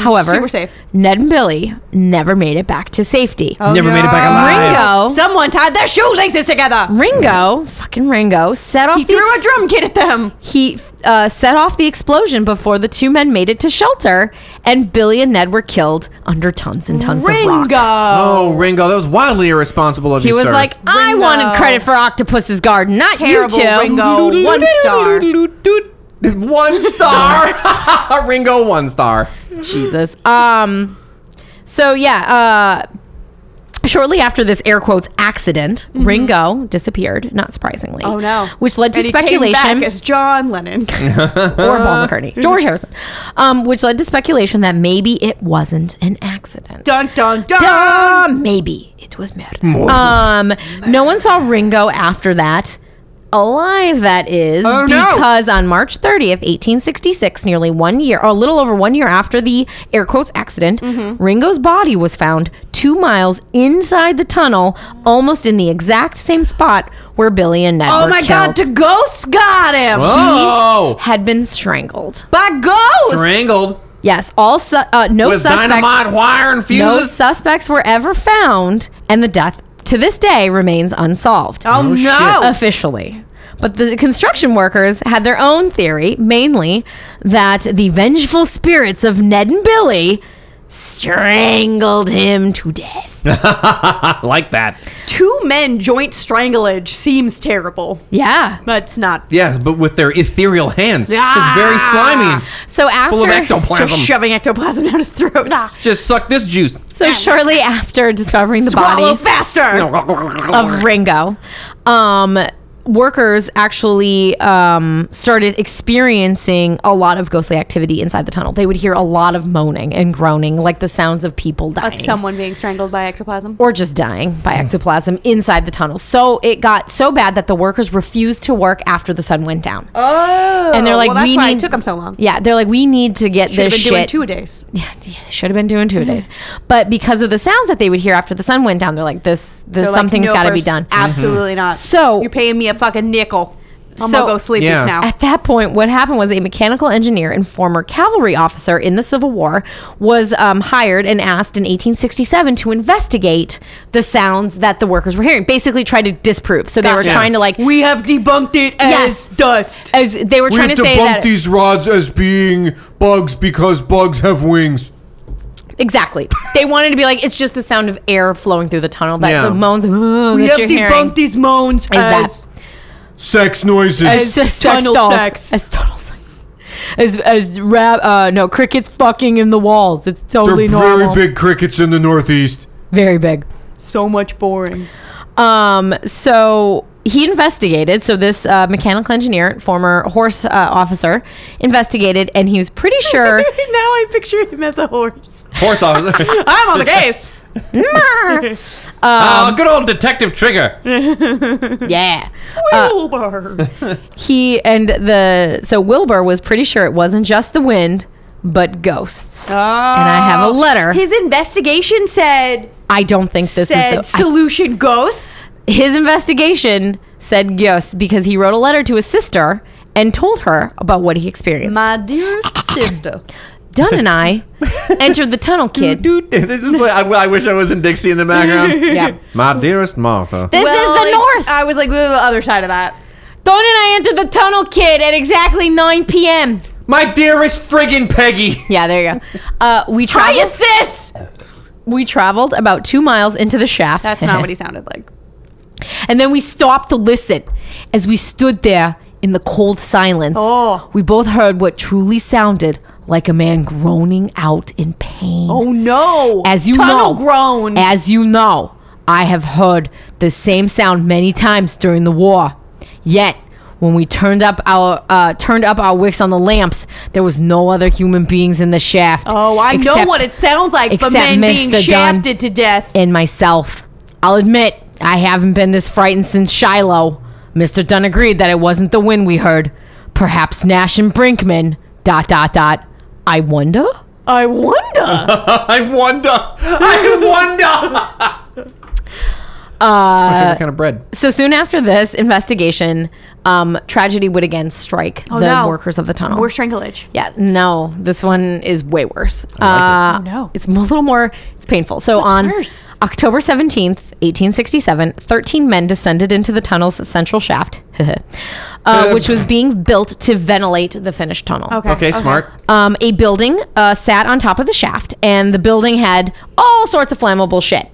S3: However,
S4: Super safe. Oh.
S3: Ned and Billy never made it back to safety.
S5: Never made it back
S4: no.
S5: alive.
S3: Ringo,
S4: Someone tied their shoelaces together.
S3: Ringo, fucking Ringo, set off
S4: He
S3: the
S4: threw a
S3: ex-
S4: drum kit at them.
S3: he uh, set off the explosion before the two men made it to shelter, and Billy and Ned were killed under tons and tons of rock.
S4: Ringo.
S5: Oh, Ringo, that was wildly irresponsible of
S3: He
S5: you,
S3: was
S5: sir.
S3: like, "I
S4: Ringo.
S3: wanted credit for Octopus's Garden, not
S4: Terrible
S3: you two.
S4: Ringo. One star.
S5: <laughs> one star. <laughs> Ringo, one star.
S3: Jesus. Um. So yeah. Uh. Shortly after this air quotes accident, Ringo disappeared. Not surprisingly.
S4: Mm-hmm. Oh, no.
S3: Which led to
S4: And he came
S3: speculation.
S4: back as
S5: <laughs>
S4: John
S3: <laughs>
S4: Lennon.
S3: or
S4: <laughs>
S3: Paul McCartney, George Harrison, um, which led to speculation that maybe it wasn't an accident.
S4: dun dun dun.
S3: Duh, maybe it was murder. Um, no one saw Ringo after that. Alive, that is,
S4: Oh, no.
S3: because on March 30th, 1866, nearly one year, or a little over one year after the air quotes accident,
S4: Mm-hmm.
S3: Ringo's body was found two miles inside the tunnel, almost in the exact same spot where Billy and Ned
S4: Oh
S3: were
S4: my God!
S3: killed.
S4: The ghosts got
S3: Uh,
S4: him
S5: Oh,
S3: had been strangled.
S4: by ghosts.
S5: strangled
S3: Yes, all su- uh, no
S5: with
S3: suspects.
S5: dynamite wire and
S3: No
S5: fuses.
S3: suspects were ever found, and the death to this day remains unsolved.
S4: Oh no!
S5: shit.
S3: officially. But the construction workers had their own theory, mainly that the vengeful spirits of Ned and Billy strangled him to death.
S5: I like that.
S4: Two men joint stranglage seems terrible.
S3: Yeah.
S4: That's not.
S5: Yes, but with their ethereal hands.
S4: Ah.
S5: It's very slimy.
S3: So
S5: Full of
S3: after
S5: ectoplasm.
S4: Just shoving ectoplasm down his throat.
S5: Just suck this juice.
S3: so shortly after discovering the
S4: Swallow
S3: body
S4: faster.
S3: of Ringo, um, workers actually um, started experiencing a lot of ghostly activity inside the tunnel. They would hear a lot of moaning and groaning, like the sounds of people dying.
S4: Someone being strangled by ectoplasm.
S3: or just dying by ectoplasm inside the tunnel. So it got so bad that the workers refused to work after the sun went down.
S4: Oh,
S3: And they're like,
S4: well, that's
S3: we
S4: why
S3: need-
S4: it took them so long.
S3: Yeah, they're like, we need to get
S4: They've
S3: this
S4: been doing
S3: shit.
S4: two
S3: <laughs>
S4: a days.
S3: yeah, should have been doing two days, but because of the sounds that they would hear after the sun went down, they're like, this, this
S4: They're like,
S3: something's
S4: no,
S3: got to be
S4: first,
S3: done.
S4: Absolutely not.
S3: So-
S4: you're paying me a fucking nickel. I'm
S3: So-
S4: gonna go sleep
S5: Yeah.
S4: this now. <laughs>
S3: At that point, what happened was a mechanical engineer and former cavalry officer in the Civil War was um, hired and asked in 1867 to investigate the sounds that the workers were hearing. Basically, try to disprove. So they were
S5: Gotcha.
S3: trying to like
S4: we have debunked it as
S3: Yes.
S4: dust.
S3: as they were
S1: We
S3: trying
S1: have
S3: to say
S1: debunked
S3: that
S1: these rods as being bugs because bugs have wings.
S3: exactly. They wanted to be like it's just the sound of air flowing through the tunnel that
S5: Yeah.
S3: the moans "Ugh,"
S4: We
S3: that
S4: have
S3: you're
S4: debunked
S3: hearing.
S4: these moans
S3: that-
S4: as
S1: Sex noises.
S3: as
S4: as tunnel
S3: dolls.
S4: sex.
S3: As tunnel sex. As as rab, uh, no crickets fucking in the walls. It's
S1: They're
S3: totally
S1: very
S3: normal.
S1: big crickets in the Northeast.
S3: Very big.
S4: so much boring.
S3: Um, so he investigated. So this uh, mechanical engineer, former horse uh, officer, investigated, and he was pretty sure.
S4: <laughs> now I picture him as a horse.
S5: Horse
S3: <laughs>
S5: officer.
S3: Um,
S4: I'm on the case.
S5: Ah, good old Detective Trigger.
S3: yeah, Uh, <laughs>
S4: Wilbur.
S3: he and the so Wilbur was pretty sure it wasn't just the wind, but ghosts. and I have a letter.
S4: Oh. His investigation said
S3: I don't think this
S4: said
S3: is the, I-
S4: solution ghosts.
S3: his investigation said ghosts because he wrote a letter to his sister and told her about what he experienced.
S4: My dearest sister.
S3: Dunn and
S4: <laughs>
S3: I entered the tunnel, kid.
S5: Dude, <laughs> this is what- I, I wish I was in Dixie in the background.
S3: <laughs> Yeah.
S5: My dearest Martha.
S3: This
S4: Well,
S3: is the
S4: it's-
S3: north.
S4: I was like, "Well, the other side of that.
S3: Don and I entered the tunnel, kid, at exactly 9 p.m.
S5: My dearest friggin' Peggy. <laughs>
S3: Yeah, there you go. Uh, we
S4: Hiya,
S3: traveled. <laughs>
S4: sis!
S3: We traveled about two miles into the shaft.
S4: That's not what he sounded like.
S3: And then we stopped to listen. As we stood there in the cold silence,
S4: Oh.
S3: we both heard what truly sounded like a man groaning out in pain.
S4: Oh no!
S3: As you know,
S4: Tunnel groans.
S3: As you know, I have heard the same sound many times during the war. Yet, when we turned up our uh, turned up our wicks on the lamps, there was no other human beings in the shaft.
S4: oh, I know
S3: except-
S4: what it sounds like for
S3: except
S4: men being
S3: Mr. Dunn
S4: shafted to death.
S3: and myself. I'll admit, I haven't been this frightened since Shiloh. Mr. Dunn agreed that it wasn't the wind we heard. Perhaps Nash and Brinkman. Dot dot dot. I wonder.
S4: I wonder.
S5: I wonder. I wonder.
S3: <laughs> Uh,
S5: My favorite kind of bread.
S3: So soon after this investigation, um, tragedy would again strike the
S4: no.
S3: workers of the tunnel.
S4: More stranglage.
S3: yeah, no, this one is way worse.
S5: I
S3: uh,
S4: it. Oh, no.
S3: It's a little more, it's painful. So on
S4: worse?
S3: October 17th, 1867, 13 men descended into the tunnel's central shaft, <laughs> uh, which was being built to ventilate the finished tunnel.
S5: Okay, smart.
S3: Um, a building uh, sat on top of the shaft, and the building had all sorts of flammable shit.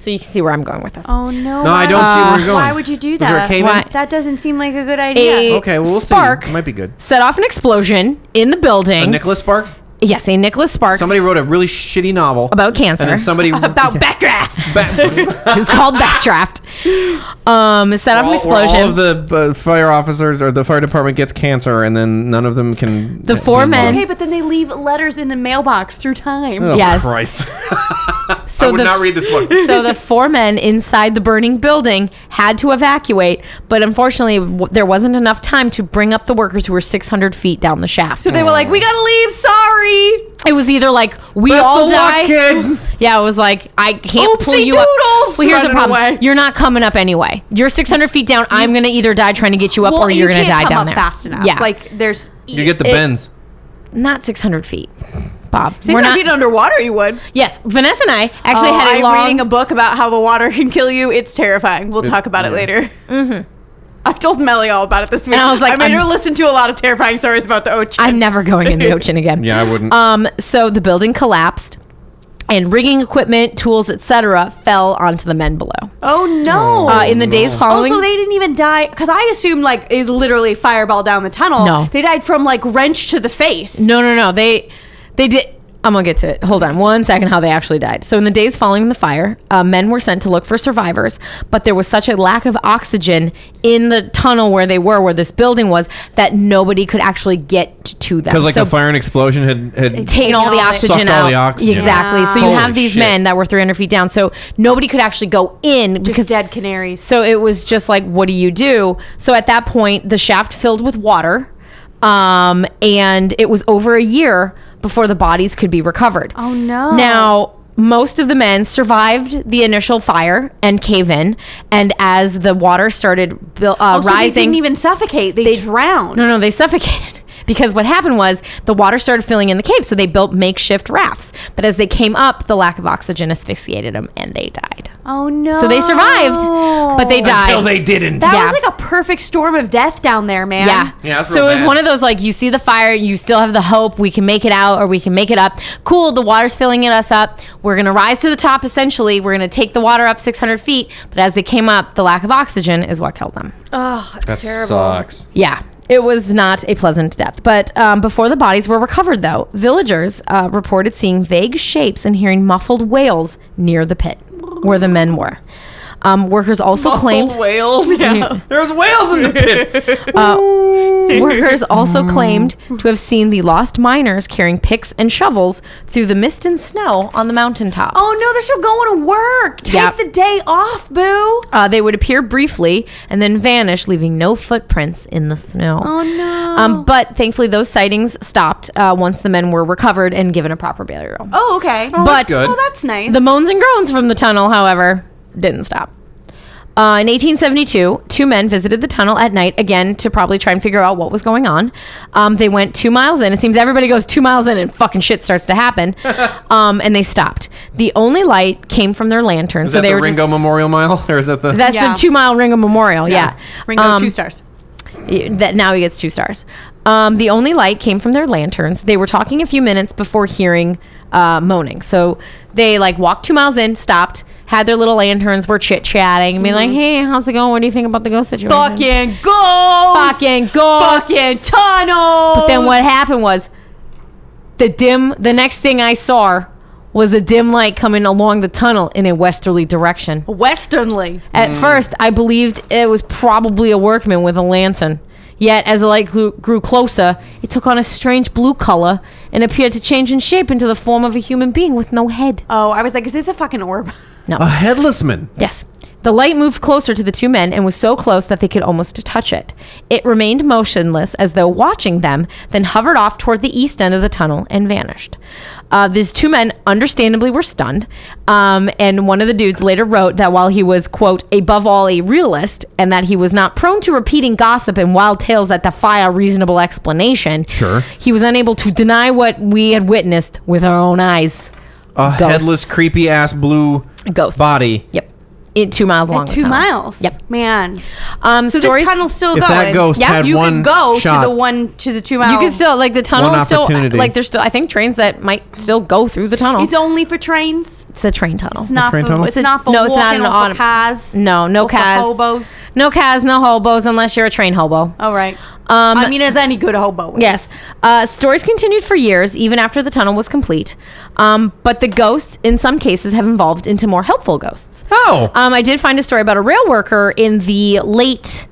S3: So you can see where I'm going with this.
S4: Oh no!
S5: No, I don't see where you're going.
S4: Why would you do
S5: Was there a
S4: that?
S5: cave in? Oh.
S3: Why-
S4: That doesn't seem like a good
S3: a
S4: idea.
S5: Okay, well, we'll see.
S3: spark
S5: Might be good.
S3: Set off an explosion in the building.
S5: Uh, Nicholas Sparks?
S3: yes, a Nicholas Sparks.
S5: Somebody wrote a really shitty novel.
S3: <laughs> about cancer.
S5: And then somebody. <laughs>
S4: About backdraft.
S5: Ba-
S3: it was called Backdraft. Um, set off an
S5: all, where
S3: explosion.
S5: all of the uh, fire officers or the fire department gets cancer, and then none of them can.
S3: The four
S5: handle
S3: men-
S5: it.
S4: okay, but then they leave letters in the mailbox through time.
S5: Oh,
S3: Yes.
S5: Christ. <laughs>
S3: so
S5: I would
S3: the
S5: not read this
S3: <laughs>
S5: book.
S3: so the four men inside the burning building had to evacuate, but unfortunately, w- there wasn't enough time to bring up the workers who were 600 feet down the shaft.
S4: So they were like, "We gotta leave. Sorry."
S3: it was either like we
S5: Best
S3: all
S5: of luck,
S3: die.
S5: kid.
S3: Yeah, it was like I can't pull
S4: Oopsie
S3: you up.
S4: doodles!
S3: Well, here's the
S4: Running
S3: problem:
S4: away.
S3: you're not coming up anyway. You're 600 feet down. I'm gonna either die trying to get you up, or you're gonna
S4: can't
S3: die
S4: come
S3: down
S4: up
S3: there
S4: fast enough.
S3: Yeah,
S4: like there's
S5: You get the
S3: It-
S5: bends.
S3: not 600 feet, Bob.
S4: Six hundred feet underwater, you would.
S3: Yes, Vanessa and I actually
S4: Oh,
S3: had a
S4: I'm
S3: long.
S4: reading a book about how the water can kill you. It's terrifying. We'll talk about it
S5: yeah.
S4: later. Mm-hmm. I told Melly all about it this week.
S3: I was like,
S4: I made
S3: I'm-
S4: her listen to a lot of terrifying stories about the ocean.
S3: <laughs> I'm never going
S4: <laughs>
S3: in the ocean again.
S5: Yeah, I wouldn't.
S3: Um, so the building collapsed, and rigging equipment, tools, etc., fell onto the men below.
S4: oh no!
S3: Uh, in the days following,
S4: also, Oh, they didn't even die because I assumed like is literally fireball down the tunnel.
S3: No.
S4: they died from like wrench to the face.
S3: no, no, no, they, they did. I'm gonna get to it. Hold on one second. How they actually died. So in the days following the fire, uh, men were sent to look for survivors, but there was such a lack of oxygen in the tunnel where they were, where this building was, that nobody could actually get t- to them.
S5: Because, like,
S3: So
S5: the fire and explosion had. had
S3: taking all the
S4: Taking all the-
S3: oxygen
S5: Sucked all
S3: out.
S5: the oxygen out.
S3: Exactly. So you
S5: Holy
S3: have these
S5: shit.
S3: men that were 300 feet down. So nobody could actually go in because
S4: dead canaries.
S3: So it was just like, what do you do? So at that point, the shaft filled with water, um, and it was over a year before the bodies could be recovered.
S4: Oh, no.
S3: Now. most of the men survived the initial fire and cave in, and as the water started bu- uh,
S4: Also,
S3: rising,
S4: Oh, they didn't even suffocate. They, drowned.
S3: no, no, they suffocated. <laughs> Because what happened was the water started filling in the cave, so they built makeshift rafts. But as they came up, the lack of oxygen asphyxiated them and they died.
S4: Oh no!
S3: So they survived, but they died.
S5: Until they didn't.
S4: That
S3: Yeah.
S4: was like a perfect storm of death down there, man.
S3: Yeah.
S5: Yeah, that's
S3: so
S5: real
S3: it was
S5: bad.
S3: one of those like you see the fire, you still have the hope we can make it out or we can make it up. Cool, the water's filling it us up. We're gonna rise to the top essentially. We're gonna take the water up 600 feet. But as they came up, the lack of oxygen is what killed them.
S4: Oh, that's
S5: that
S4: terrible.
S5: sucks.
S3: Yeah. It was not a pleasant death. But um, before the bodies were recovered, though, villagers uh, reported seeing vague shapes and hearing muffled wails near the pit where the men were. Um, workers also claimed. <laughs>
S5: whales. There's whales
S4: <laughs>
S5: in the pit.
S3: <laughs> Workers also claimed to have seen the lost miners carrying picks and shovels through the mist and snow on the mountaintop.
S4: Oh no, they're still going to work. Take
S3: Yep.
S4: the day off, boo.
S3: Uh, they would appear briefly and then vanish, leaving no footprints in the snow.
S4: Oh, no.
S3: Um, but thankfully, those sightings stopped uh, once the men were recovered and given a proper burial.
S4: Oh, okay.
S3: but
S5: that's good.
S4: Oh, that's nice.
S3: the moans and groans from the tunnel, however, didn't stop. Uh, in 1872, two men visited the tunnel at night again to probably try and figure out what was going on. Um, they went two miles in. It seems everybody goes two miles in and fucking shit starts to happen. um, and they stopped. The only light came from their lantern,
S5: Is
S3: so
S5: that
S3: they
S5: the
S3: were
S5: Ringo
S3: just.
S5: Memorial Mile, <laughs> or is that the?
S3: that's
S4: Yeah.
S3: the two mile Ringo Memorial. Yeah.
S4: Ringo
S3: Um,
S4: two stars.
S3: that now he gets two stars. Um, the only light came from their lanterns. They were talking a few minutes before hearing uh, moaning. So they like walked two miles in, stopped, had their little lanterns, were chit chatting, being like, "Hey, how's it going? What do you think about the ghost situation?"
S4: Fucking go.
S3: fucking ghost.
S4: Fucking tunnel.
S3: But then what happened was the dim. The next thing I saw was a dim light coming along the tunnel in a westerly direction.
S4: Westernly.
S3: At first, I believed it was probably a workman with a lantern. Yet, as the light grew, grew closer, it took on a strange blue color and appeared to change in shape into the form of a human being with no head.
S4: Oh, I was like, is this a fucking orb?
S5: a headless man.
S3: Yes. The light moved closer to the two men and was so close that they could almost touch it. It remained motionless as though watching them, then hovered off toward the east end of the tunnel and vanished. Uh, these two men, understandably, were stunned. Um, and one of the dudes later wrote that while he was, quote, above all a realist and that he was not prone to repeating gossip and wild tales that defy a reasonable explanation,
S5: Sure.
S3: he was unable to deny what we had witnessed with our own eyes.
S5: A
S3: Ghosts.
S5: headless, creepy ass blue
S3: Ghost.
S5: body.
S3: Yep. It, two miles long. the
S4: Two
S3: tunnel.
S4: miles.
S3: Yep.
S4: Man.
S3: Um,
S4: So
S3: stories-
S4: this tunnel's still
S5: If
S4: going.
S5: that ghost
S3: Yeah,
S5: had
S4: you
S5: one
S4: can go
S5: shot,
S4: to the one to the two mile.
S3: You can still like the tunnel
S5: One
S3: is still
S5: opportunity.
S3: like there's still I think trains that might still go through the tunnel.
S4: It's only for trains.
S3: It's a train tunnel.
S4: It's not
S5: Oh, train
S4: for.
S5: tunnel?
S4: It's not for.
S3: no, it's not
S4: walking
S3: an
S4: or for
S3: auto.
S4: cars.
S3: No, no
S4: or for
S3: cars.
S4: Hobos.
S3: No cars, no hobos unless you're a train hobo.
S4: All right.
S3: Um,
S4: I mean, as any good hobo. is.
S3: Yes. Uh, stories continued for years, even after the tunnel was complete. Um, but the ghosts, in some cases, have evolved into more helpful ghosts.
S5: Oh.
S3: Um, I did find a story about a rail worker in the late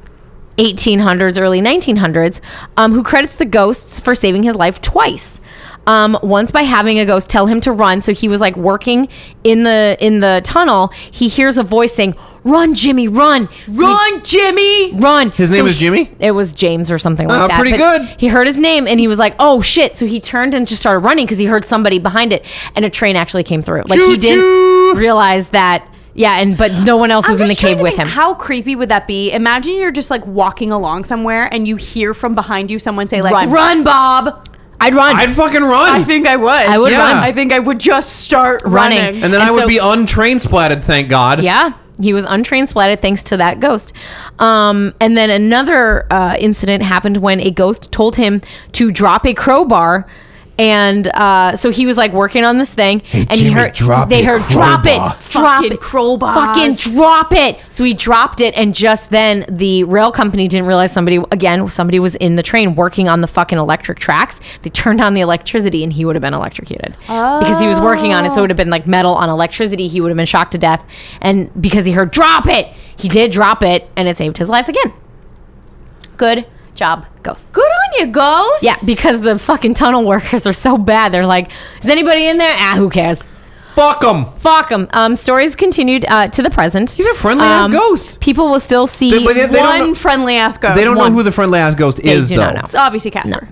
S3: 1800s, early 1900s, um, who credits the ghosts for saving his life twice. Um, once by having a ghost tell him to run, so he was like working in the in the tunnel. He hears a voice saying, "Run, Jimmy, run,
S4: Run, Jimmy.
S3: run."
S5: His name
S3: So
S5: is
S3: he-
S5: Jimmy?
S3: It was James or something like
S5: Uh,
S3: that.
S5: pretty
S3: but
S5: good.
S3: He heard his name and he was like, "Oh shit!" So he turned and just started running because he heard somebody behind it, and a train actually came through. Like he
S5: Choo-choo.
S3: didn't realize that. Yeah, and but no one else
S4: I'm
S3: was in the
S4: just trying
S3: cave
S4: to
S3: with him.
S4: think, How creepy would that be? Imagine you're just like walking along somewhere and you hear from behind you someone say like,
S3: Run.
S4: "Run, Bob."
S3: I'd run.
S5: I'd fucking
S4: I
S5: run.
S4: think I would. I
S3: would
S5: Yeah. run.
S4: I think I would just start
S3: Running.
S4: running.
S5: and then
S3: And
S5: I would
S3: so-
S5: be untrain splatted, thank God.
S3: Yeah, he was untrained splatted thanks to that ghost. Um, and then another uh, incident happened when a ghost told him to drop a crowbar. And uh, so he was like working on this thing, and he
S5: Jimmy,
S3: heard
S5: drop
S3: they
S5: your
S3: heard drop it,
S5: crowbar."
S3: drop
S4: Fucking
S3: it,
S4: crowbars.
S3: fucking drop it. So he dropped it, and just then the rail company didn't realize somebody again somebody was in the train working on the fucking electric tracks. They turned on the electricity, and he would have been electrocuted because he was working on it. So it would have been like metal on electricity. He would have been shocked to death, and because he heard drop it, he did drop it, and it saved his life again. Good job, ghost.
S4: Good on you, ghost.
S3: Yeah, because the fucking tunnel workers are so bad. They're like, is anybody in there? Ah, who cares?
S5: Fuck them.
S3: Fuck them. Um, stories continued uh, to the present. He's
S5: a friendly-ass ghost.
S3: People will still see.
S5: They- but they- they don't
S4: One
S5: know-
S4: friendly ass ghost.
S5: They don't
S4: One.
S5: know who the friendly ass ghost is,
S3: do
S5: though.
S3: not know.
S4: It's obviously Casper.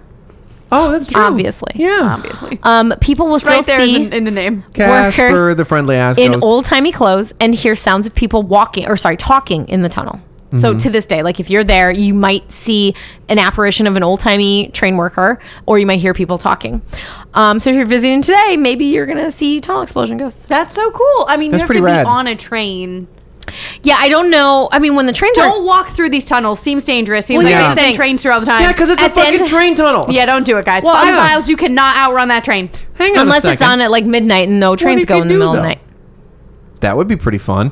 S5: Oh, that's true.
S3: Obviously.
S5: Yeah.
S4: obviously.
S3: Um, people will
S4: it's right
S3: still
S4: there
S3: see
S4: in the, in the name.
S5: Casper,
S3: workers
S5: the friendly ass
S3: in
S5: ghost.
S3: old timey clothes and hear sounds of people walking or sorry talking in the tunnel.
S5: Mm-hmm.
S3: So to this day, like if you're there, you might see an apparition of an old timey train worker, or you might hear people talking. Um, so if you're visiting today, maybe you're gonna see tunnel explosion ghosts.
S4: That's so cool. I mean,
S5: That's
S4: you have
S5: pretty
S4: to
S5: rad.
S4: be on a train.
S3: Yeah, I don't know. I mean, when the trains are
S4: Don't walk through these tunnels. Seems dangerous. Seems
S3: Well,
S4: like
S5: yeah.
S4: they send
S3: Thing.
S4: trains through all the time.
S5: yeah, because it's a
S3: at the
S5: fucking
S3: end-
S5: train tunnel.
S4: yeah, don't do it, guys.
S3: Well,
S4: Five
S5: yeah.
S4: miles, you cannot outrun that train.
S5: Hang on. a
S3: unless it's
S5: second.
S3: on at like midnight and no trains
S5: if
S3: go
S5: you
S3: in the
S5: do,
S3: middle of
S5: though?
S3: the night.
S5: That would be pretty fun.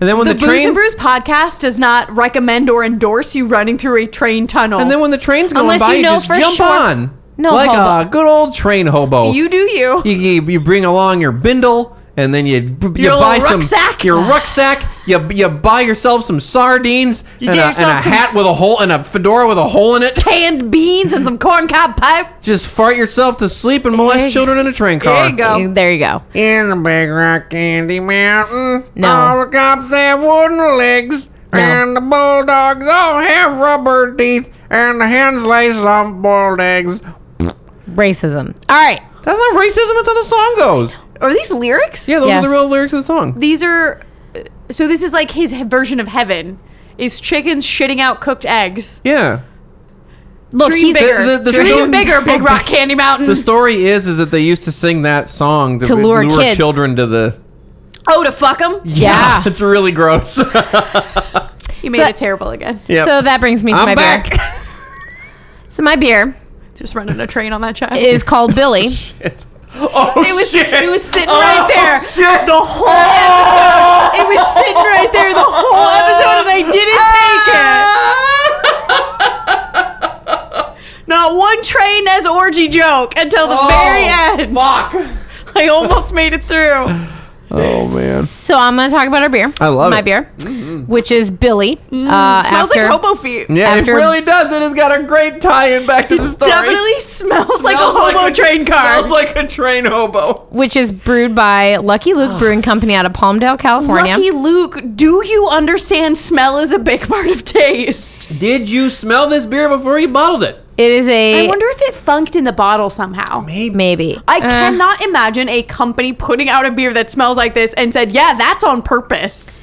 S5: And then when
S4: The,
S5: the,
S4: Booze
S5: trains
S4: and Brews podcast does not recommend or endorse you running through a train tunnel.
S5: and then when the train's going
S3: Unless
S5: by,
S3: you
S5: you,
S3: know
S5: just
S3: for
S5: jump
S3: sure-
S5: on.
S3: No
S5: like
S3: hobo.
S5: a good old train hobo.
S4: you do you.
S5: you, you, you bring along your bindle and then you you
S4: little
S5: buy some
S4: rucksack.
S5: your rucksack you you buy yourself some sardines
S4: You
S5: and,
S4: get
S5: a,
S4: yourself
S5: and a
S4: some-
S5: hat with a hole and a fedora with a hole in it
S4: Canned beans and some corncob pipe.
S5: just fart yourself to sleep and molest
S3: Egg.
S5: children in a train car
S4: There you go.
S3: You- There you go.
S5: in the big rock candy mountain
S3: No.
S5: all the cops have wooden legs
S3: No.
S5: and the bulldogs all have rubber teeth and the hens lay soft boiled eggs
S3: Racism. All right.
S5: that's not racism that's how the song goes
S4: Are these lyrics?
S5: yeah those
S3: Yes.
S5: are the real lyrics of the song
S4: These are. uh, So this is like his version of heaven. Is chickens shitting out cooked eggs?
S5: yeah
S3: Look,
S4: Dream
S3: he's
S4: bigger.
S5: The- the- the
S4: Dream
S5: story-
S4: bigger, Big Rock Candy Mountain.
S5: The story is is that they used to sing that song to,
S3: To lure
S5: lure,
S3: kids.
S5: children to the.
S4: oh, to fuck him? <laughs>
S3: Yeah.
S5: <laughs> it's really gross.
S4: You made
S3: So-
S4: it terrible again.
S5: Yep.
S3: So that brings me to my
S5: I'm
S3: beer.
S5: back.
S3: So my beer
S4: Just running a train on that child.
S3: is called
S5: <laughs>
S3: Billy.
S5: Shit. Oh
S4: It was
S5: shit!
S4: it was sitting right there.
S5: Shit.
S4: Oh, The whole episode. It was sitting right there the whole episode, and I didn't take it. Not one train has orgy joke until the very end.
S5: Fuck.
S4: I almost made it through.
S5: Oh man.
S3: So I'm going to talk about our beer.
S5: I love
S3: my
S5: it. Mm-hmm.
S3: beer, which is Billy. Uh,
S4: Mm, smells
S3: after
S4: like hobo feet.
S5: Yeah,
S3: After-
S5: it really does. It has got a great tie-in back to the story.
S4: Definitely smells, like a
S5: Smells
S4: hobo train car.
S5: Smells like a train hobo.
S3: which is brewed by Lucky Luke Brewing Company out of Palmdale, California.
S4: Lucky Luke, do you understand smell is a big <laughs> part of taste?
S5: Did you smell this beer before you bottled it?
S3: it is a
S4: I wonder if it funked in the bottle somehow.
S3: maybe.
S4: I
S3: Uh,
S4: cannot imagine a company putting out a beer that smells like this and said, "Yeah, that's on purpose."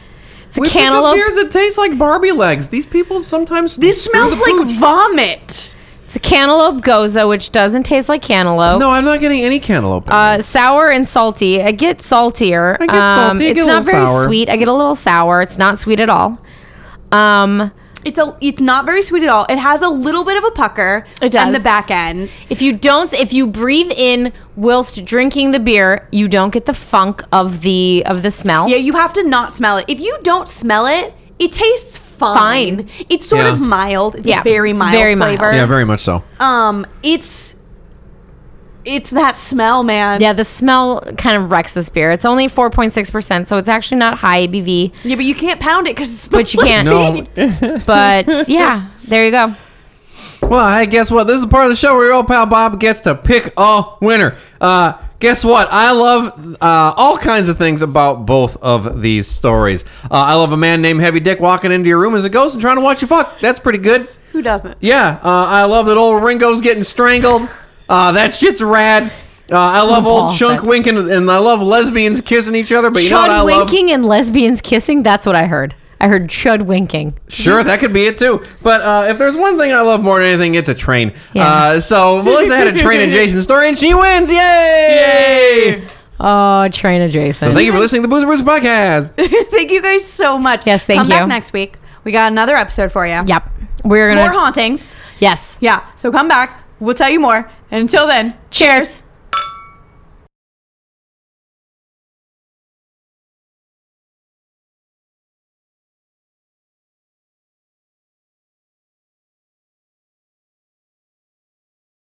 S3: It's a
S5: We pick up
S3: cantaloupe.
S5: beers that taste like Barbie legs. These people sometimes
S4: This
S5: screw
S4: smells
S5: the
S4: like
S5: pooch.
S4: vomit.
S3: It's a cantaloupe goza, which doesn't taste like cantaloupe.
S5: No, I'm not getting any cantaloupe.
S3: Uh, sour and salty. I get saltier. Um,
S5: I get salty. I
S3: it's
S5: get a
S3: not
S5: little
S3: very
S5: sour.
S3: sweet. I get a little sour. It's not sweet at all. Um,
S4: It's a. It's not very sweet at all. It has a little bit of a pucker
S3: It
S4: on the
S3: does.
S4: back end.
S3: If you don't, if you breathe in whilst drinking the beer, you don't get the funk of the of the smell.
S4: Yeah, you have to not smell it. If you don't smell it, it tastes fine.
S3: Fine.
S4: It's sort
S5: Yeah.
S4: of mild. It's
S3: Yeah,
S4: a very
S3: it's
S4: mild
S3: very mild.
S4: flavor.
S5: yeah, very much so.
S4: Um, it's it's that smell, man.
S3: Yeah, the smell kind of wrecks this beer. It's only 4.6%, so it's actually not high ABV,
S4: Yeah, but you can't pound it because it
S3: but
S4: smells.
S3: you can't.
S5: <laughs> No. <laughs>
S3: But yeah, there you go.
S5: Well, hey, guess what? This is the part of the show where your old pal Bob gets to pick a winner. Uh, guess what? I love uh, all kinds of things about both of these stories. Uh, I love a man named Heavy Dick walking into your room as a ghost and trying to watch you fuck. That's pretty good.
S4: <laughs> Who doesn't? <laughs>
S5: Yeah, uh, I love that old Ringo's getting strangled. Uh, that shit's rad. Uh, I love
S3: what
S5: old
S3: Paul
S5: Chunk
S3: said.
S5: winking, and I love lesbians kissing each other. But you know what I
S3: Chud
S5: love?
S3: winking and lesbians kissing, that's what I heard. I heard chud winking.
S5: Sure, that could be it too. But uh, if there's one thing I love more than anything, it's a train.
S3: Yeah.
S5: Uh, so Melissa had a train in Jason's story, and she wins! Yay!
S3: Oh, train adjacent.
S5: Thank you for listening to the Boozer Bruce podcast.
S4: thank you guys so much.
S3: Yes, thank
S4: Come
S3: you.
S4: back next week. We got another episode for you.
S3: yep. We're going
S4: More
S3: to
S4: hauntings.
S3: Yes.
S4: Yeah. So come back. We'll tell you more. And until then,
S3: Cheers.